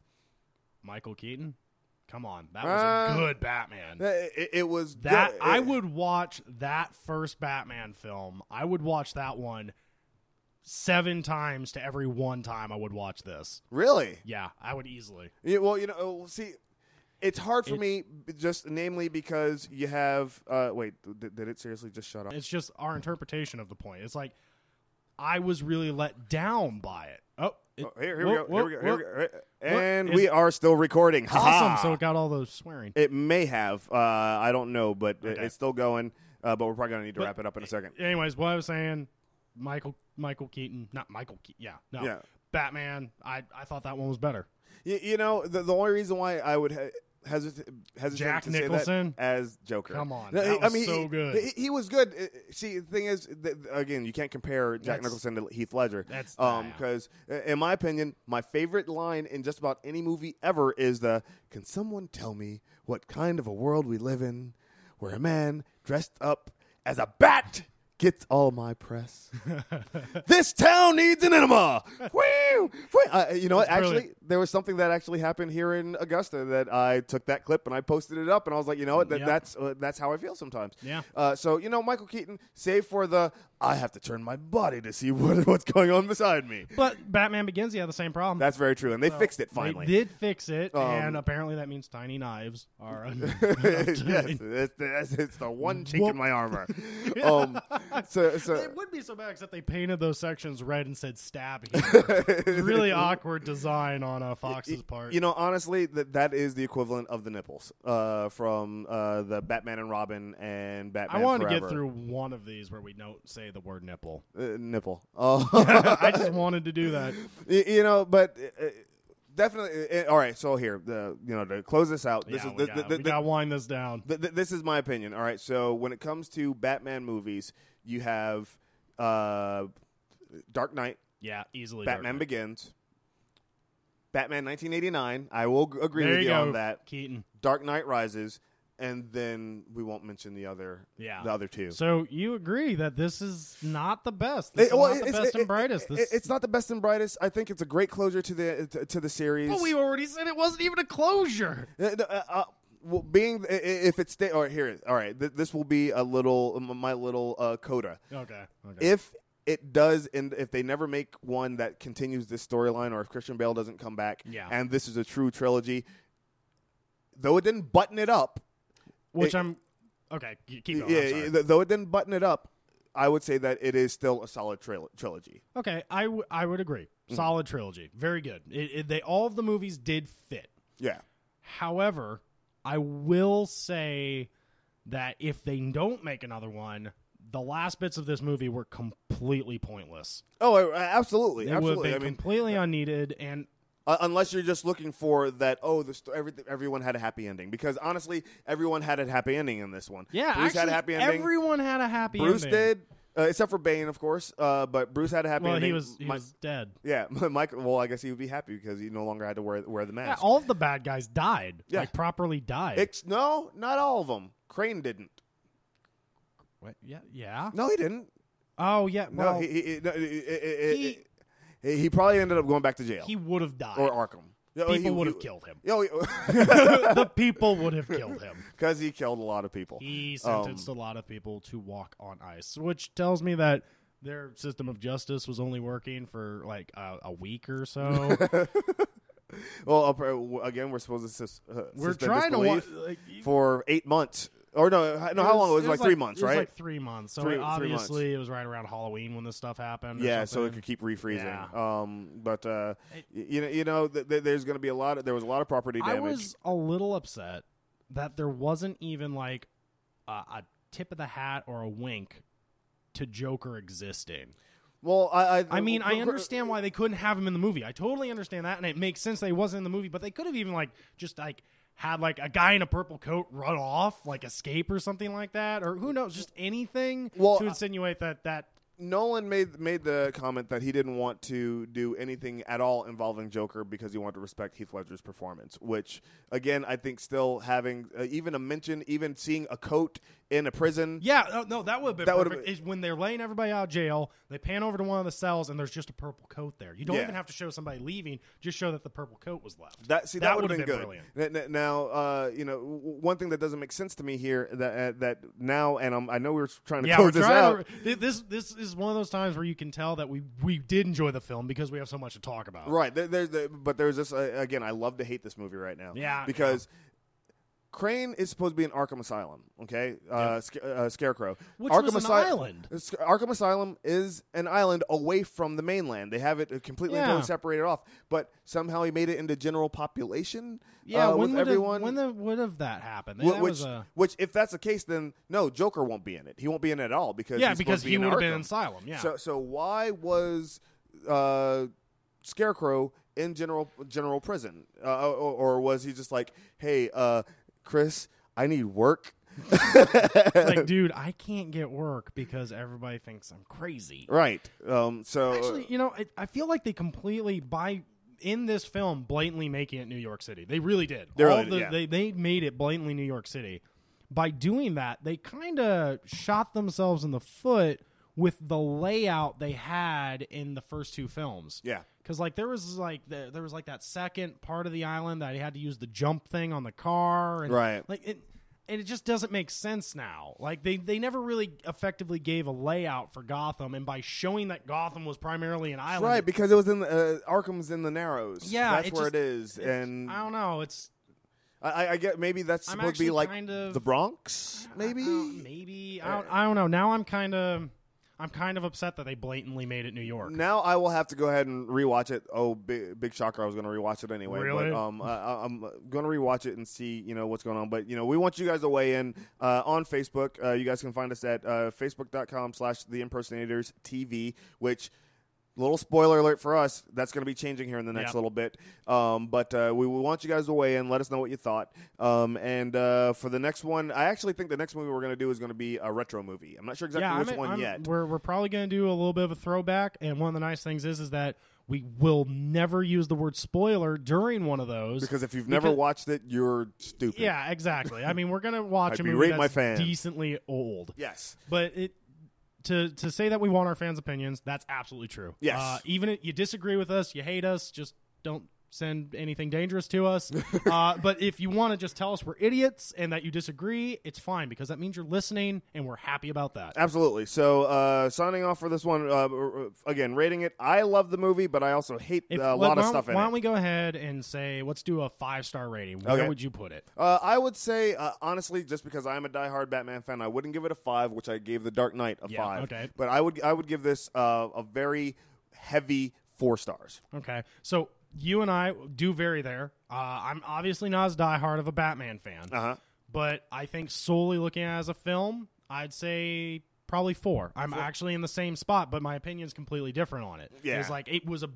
B: Michael Keaton. Come on, that was
A: Uh,
B: a good Batman.
A: It, it was
B: that
A: good.
B: I
A: It-
B: would watch that first Batman film. I would watch that one seven times to every one time I would watch this.
A: really.
B: Yeah, I would easily.
A: Yeah, well, you know, well, see, it's hard for
B: It-
A: me, b- just namely because you have. Uh, wait, th- did it seriously just shut up?
B: It's just our interpretation of the point. It's like I was really let down by it. Oh, it-
A: Oh, here, here,
B: whoa,
A: we go, here
B: whoa,
A: we
B: whoa.
A: go. Here we go. And
B: Is-
A: we are still recording. Ha
B: Awesome.
A: ha.
B: So it got all those swearing.
A: it may have. Uh, I don't know, but it-
B: Okay.
A: it's still going. Uh, but we're probably gonna need to
B: But-
A: wrap it up in a second.
B: Anyways, what I was saying, Michael Michael Keaton, not Michael Keaton. Yeah, no.
A: Yeah.
B: Batman. I I thought that one was better.
A: You, you know, the, the only reason why I would ha- hesitate, hesitate
B: Jack
A: to say that
B: Nicholson?
A: as Joker.
B: Come on,
A: No,
B: that
A: he- I
B: was
A: mean,
B: so
A: he,
B: good.
A: He, he was good. Uh, See, the thing is, th- again, you can't compare Jack
B: That's-
A: Nicholson to Heath Ledger.
B: that's-
A: um
B: yeah.
A: because, in my opinion, my favorite line in just about any movie ever is the "Can someone tell me what kind of a world we live in, where a man dressed up as a bat?" Gets all my press. this town needs an enema. Whew, whew. Uh, you know what?
B: That's
A: Actually,
B: brilliant.
A: there was something that actually happened here in Augusta that I took that clip and I posted it up, and I was like, you know what, that,
B: Yeah.
A: that's uh, that's how I feel sometimes.
B: Yeah.
A: Uh, so you know, Michael Keaton, save for the I have to turn my body to see what, what's going on beside me.
B: But Batman Begins, yeah, the same problem.
A: That's very true, and they
B: So
A: fixed it finally.
B: They did fix it,
A: Um,
B: and apparently that means tiny knives are. enough
A: yes,
B: to-
A: it's, it's, it's the one chink
B: Whoop.
A: in my armor. um, so, so
B: It would be so bad except they painted those sections red and said "stab." Here. really awkward design on uh, Fox's part.
A: You know, honestly, that that is the equivalent of the nipples uh, from uh, the Batman and Robin and Batman.
B: I wanted to
A: Forever.
B: get through one of these where we don't say the word nipple.
A: uh, nipple. Oh.
B: I just wanted to do that.
A: Y- you know, but uh, uh, definitely. uh, all right, so here, the you know, to close this out, this
B: yeah,
A: is
B: we,
A: the,
B: got,
A: the,
B: we
A: the,
B: gotta wind this down.
A: th- th- this is my opinion. All right, so when it comes to Batman movies, you have uh, Dark Knight,
B: Yeah, easily.
A: Batman
B: Dark Knight.
A: Begins, Batman 1989. I will g- agree
B: There
A: with
B: you
A: you,
B: go,
A: on that.
B: Keaton.
A: Dark Knight Rises, and then we won't mention the other,
B: Yeah.
A: the other two.
B: So you agree that this is not the best? This
A: It-
B: is
A: well,
B: not the
A: it's-
B: best
A: it-
B: and brightest.
A: it-
B: This,
A: it's not the best and brightest. I think it's a great closure to the to, to the series.
B: but we already said it wasn't even a closure.
A: Uh, no, uh, uh, well, being i- i- if it stay or here, all right, th- this will be a little m- my little uh, coda.
B: Okay. Okay.
A: If it does, and if they never make one that continues this storyline, or if Christian Bale doesn't come back,
B: Yeah.
A: and this is a true trilogy, though it didn't button it up,
B: Which
A: it-
B: I'm okay. y- Keep going.
A: yeah,
B: I'm sorry.
A: yeah, th- though it didn't button it up, I would say that it is still a solid tril- trilogy.
B: okay, I, w- I would agree.
A: Mm-hmm.
B: Solid trilogy, very good. It, it, they all of the movies did fit.
A: Yeah,
B: However, I will say that if they don't make another one, the last bits of this movie were completely pointless.
A: Oh, uh, absolutely,
B: They would have
A: absolutely.
B: been
A: I mean,
B: completely unneeded, and
A: Uh, unless you're just looking for that, oh, the sto- every, everyone had a happy ending. Because honestly, everyone had a happy ending in this one.
B: Yeah,
A: Bruce
B: actually,
A: had a happy ending.
B: everyone had a happy
A: Bruce
B: ending.
A: did, uh, except for Bane, of course. Uh, but Bruce had a happy
B: Well,
A: ending.
B: he was he
A: Mi-
B: was dead.
A: yeah, Michael. Well, I guess he would be happy because he no longer had to wear wear the
B: Yeah,
A: mask.
B: all of the bad guys died.
A: Yeah.
B: Like properly died.
A: Ex- no, not all of them. Crane didn't.
B: What? Yeah. Yeah.
A: No, he didn't.
B: Oh yeah.
A: No,
B: Well,
A: he he,
B: he,
A: he, no, he,
B: He-
A: he he probably ended up going back to jail
B: would have died.
A: or Arkham. Yeah, he-
B: people would
A: he-
B: have killed him.
A: Yeah,
B: the people would have killed him.
A: because he killed a lot of people.
B: He sentenced
A: Um,
B: a lot of people to walk on ice, which tells me that their system of justice was only working for like a, a week or so.
A: Well, up- uh, again, we're supposed to sus- uh,
B: We're
A: suspend
B: trying to wa-
A: disbelief
B: like,
A: for eight months, or no, h- no, how long it was? It was like, three months,
B: it was
A: right?
B: Like three months. So
A: Three-
B: it
A: three months.
B: obviously, it was right around Halloween when this stuff happened. or
A: yeah, so it
B: something.
A: could keep refreezing.
B: Yeah.
A: Um, but uh,
B: It-
A: y- you know, you know, th- th- there's going to be a lot. Of, there was a lot of property
B: I
A: damage.
B: was a little upset that there wasn't even like a, a tip of the hat or a wink to Joker existing.
A: well, uh, I, I,
B: I mean, I understand why they couldn't have him in the movie. I totally understand that, and it makes sense that he wasn't in the movie. But they could have even like just like had like a guy in a purple coat run off, like escape or something like that, or who knows, just anything
A: Well, uh,
B: to
A: I-
B: insinuate that that
A: Nolan made made the comment that he didn't want to do anything at all involving Joker because he wanted to respect Heath Ledger's performance. Which, again, I think still having uh, even a mention, even seeing a coat in a prison.
B: Yeah, no, no that would have been
A: That would've
B: perfect.
A: been-
B: Is when they're laying everybody out of jail, they pan over to one of the cells, and there's just a purple coat there. You don't
A: Yeah.
B: even have to show somebody leaving; just show that the purple coat was left.
A: That see that, would have
B: would've
A: been, good. N- n- Now, uh, you know, w- one thing that doesn't make sense to me here that uh, that now, and i I know we were trying to
B: Yeah, we're
A: close this out.
B: trying to, thi- this this is one of those times where you can tell that we we did enjoy the film because we have so much to talk about.
A: Right. There, there's the but there's this uh, again. I love to hate this movie right now.
B: Yeah,
A: Because Crane is supposed to be in Arkham Asylum. Okay. Uh, Sca- uh, Scarecrow.
B: Which
A: Arkham
B: was
A: Asy-
B: an island.
A: Sc- Arkham Asylum is an island away from the mainland. They have it uh, completely and
B: Yeah.
A: totally separated off. But somehow he made it into general population.
B: Yeah,
A: uh,
B: when
A: with
B: would
A: everyone.
B: Have, when the, would have that happened?
A: Wh-
B: That
A: which,
B: was a,
A: which, if that's the case, then no, Joker won't be in it. He won't be in it at all because
B: yeah,
A: he's
B: because
A: supposed to be
B: he
A: in
B: would have been
A: Arkham.
B: in asylum. Yeah,
A: So, so why was uh, Scarecrow in general general prison, uh, or, or was he just like, hey, uh, Chris, I need work,
B: it's like, dude, I can't get work because everybody thinks I'm crazy.
A: right? Um, so
B: Actually, you know, I, I feel like they completely by in this film blatantly making it New York City. They really did.
A: They really
B: All
A: did,
B: the-
A: yeah.
B: they they made it blatantly New York City. By doing that, they kind of shot themselves in the foot with the layout they had in the first two films.
A: yeah,
B: Cause like there was like the, there was like that second part of the island that he had to use the jump thing on the car and
A: Right.
B: like it and it just doesn't make sense now. Like they they never really effectively gave a layout for Gotham and by showing that Gotham was primarily an island
A: right, because it was in the, uh, Arkham's in the Narrows.
B: Yeah,
A: that's
B: it
A: where
B: just-
A: it is,
B: it's-
A: and
B: I don't know, it's
A: I, I, I get maybe that's
B: I'm
A: supposed to be
B: actually
A: like
B: kind of-
A: the Bronx,
B: I
A: maybe. Uh,
B: don't- maybe I don't, I don't know. Now I'm kind of I'm kind of upset that they blatantly made it New York.
A: Now I will have to go ahead and rewatch it. Oh, big, big shocker! I was going to rewatch it anyway.
B: Really?
A: But, um, I- I, I'm going to rewatch it and see you know what's going on. But you know, we want you guys to weigh in uh, on Facebook. Uh, you guys can find us at uh, Facebook.com/slash The Impersonators TV, which. Little spoiler alert for us. That's going to be changing here in the next
B: Yeah.
A: little bit. Um, but uh, we, we want you guys to weigh in. Let us know what you thought. Um, and uh, for the next one, I actually think the next movie we're going to do is going to be a retro movie. I'm not sure exactly
B: yeah,
A: which
B: I'm-
A: one
B: I'm-
A: yet.
B: We're we're probably going to do a little bit of a throwback, and one of the nice things is is that we will never use the word spoiler during one of those.
A: Because if you've never
B: Because-
A: watched it, you're stupid.
B: yeah, exactly. I mean, we're going to watch
A: I
B: a movie
A: berate my
B: that's
A: fans.
B: decently old,
A: Yes.
B: but it. To, to say that we want our fans' opinions, that's absolutely true.
A: Yes.
B: Uh, even if you disagree with us, you hate us, just don't send anything dangerous to us. uh, but if you want to just tell us we're idiots and that you disagree, it's fine because that means you're listening and we're happy about that.
A: Absolutely. So, uh, signing off for this one, uh, r- r- again, rating it. I love the movie, but I also hate
B: If-
A: uh, a lot
B: like, why
A: of
B: don't-
A: stuff in
B: Why
A: it.
B: don't we go ahead and say, let's do a five star rating? Where
A: Okay.
B: would you put it?
A: Uh, I would say, uh, honestly, just because I'm a diehard Batman fan, I wouldn't give it a five, which I gave The Dark Knight a
B: Yeah,
A: five.
B: okay.
A: But I would, I would give this uh, a very heavy four stars.
B: Okay, so you and I do vary there. Uh, I'm obviously not as diehard of a Batman fan,
A: Uh huh.
B: but I think solely looking at it as a film, I'd say probably four. I'm actually in the same spot, but my opinion's completely different on it.
A: Yeah.
B: it's like it was a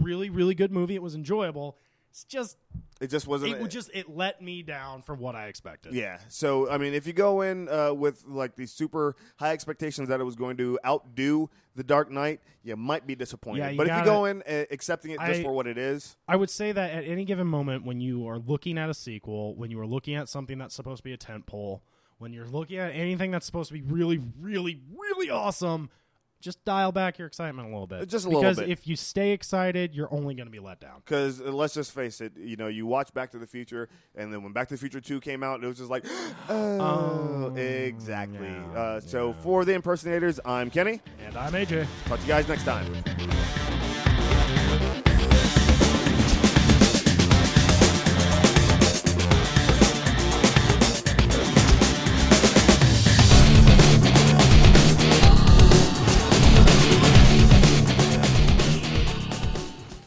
B: really, really good movie. It was enjoyable. It's just
A: It just wasn't.
B: it would just it let me down from what I expected.
A: Yeah. So I mean, if you go in uh, with like these super high expectations that it was going to outdo the Dark Knight, you might be disappointed.
B: Yeah, you
A: but if you
B: gotta-
A: go in uh, accepting it just
B: I-
A: for what it is,
B: I would say that at any given moment when you are looking at a sequel, when you are looking at something that's supposed to be a tentpole, when you're looking at anything that's supposed to be really, really, really awesome, just dial back your excitement a little bit.
A: Just a little
B: because
A: bit.
B: if you stay excited, you're only going to be let down.
A: because uh, let's just face it, you know, you watch Back to the Future, and then when Back to the Future Two came out, it was just like, oh,
B: Oh,
A: exactly.
B: yeah,
A: uh, So for the impersonators, I'm Kenny.
B: And I'm AJ.
A: Talk to you guys next time.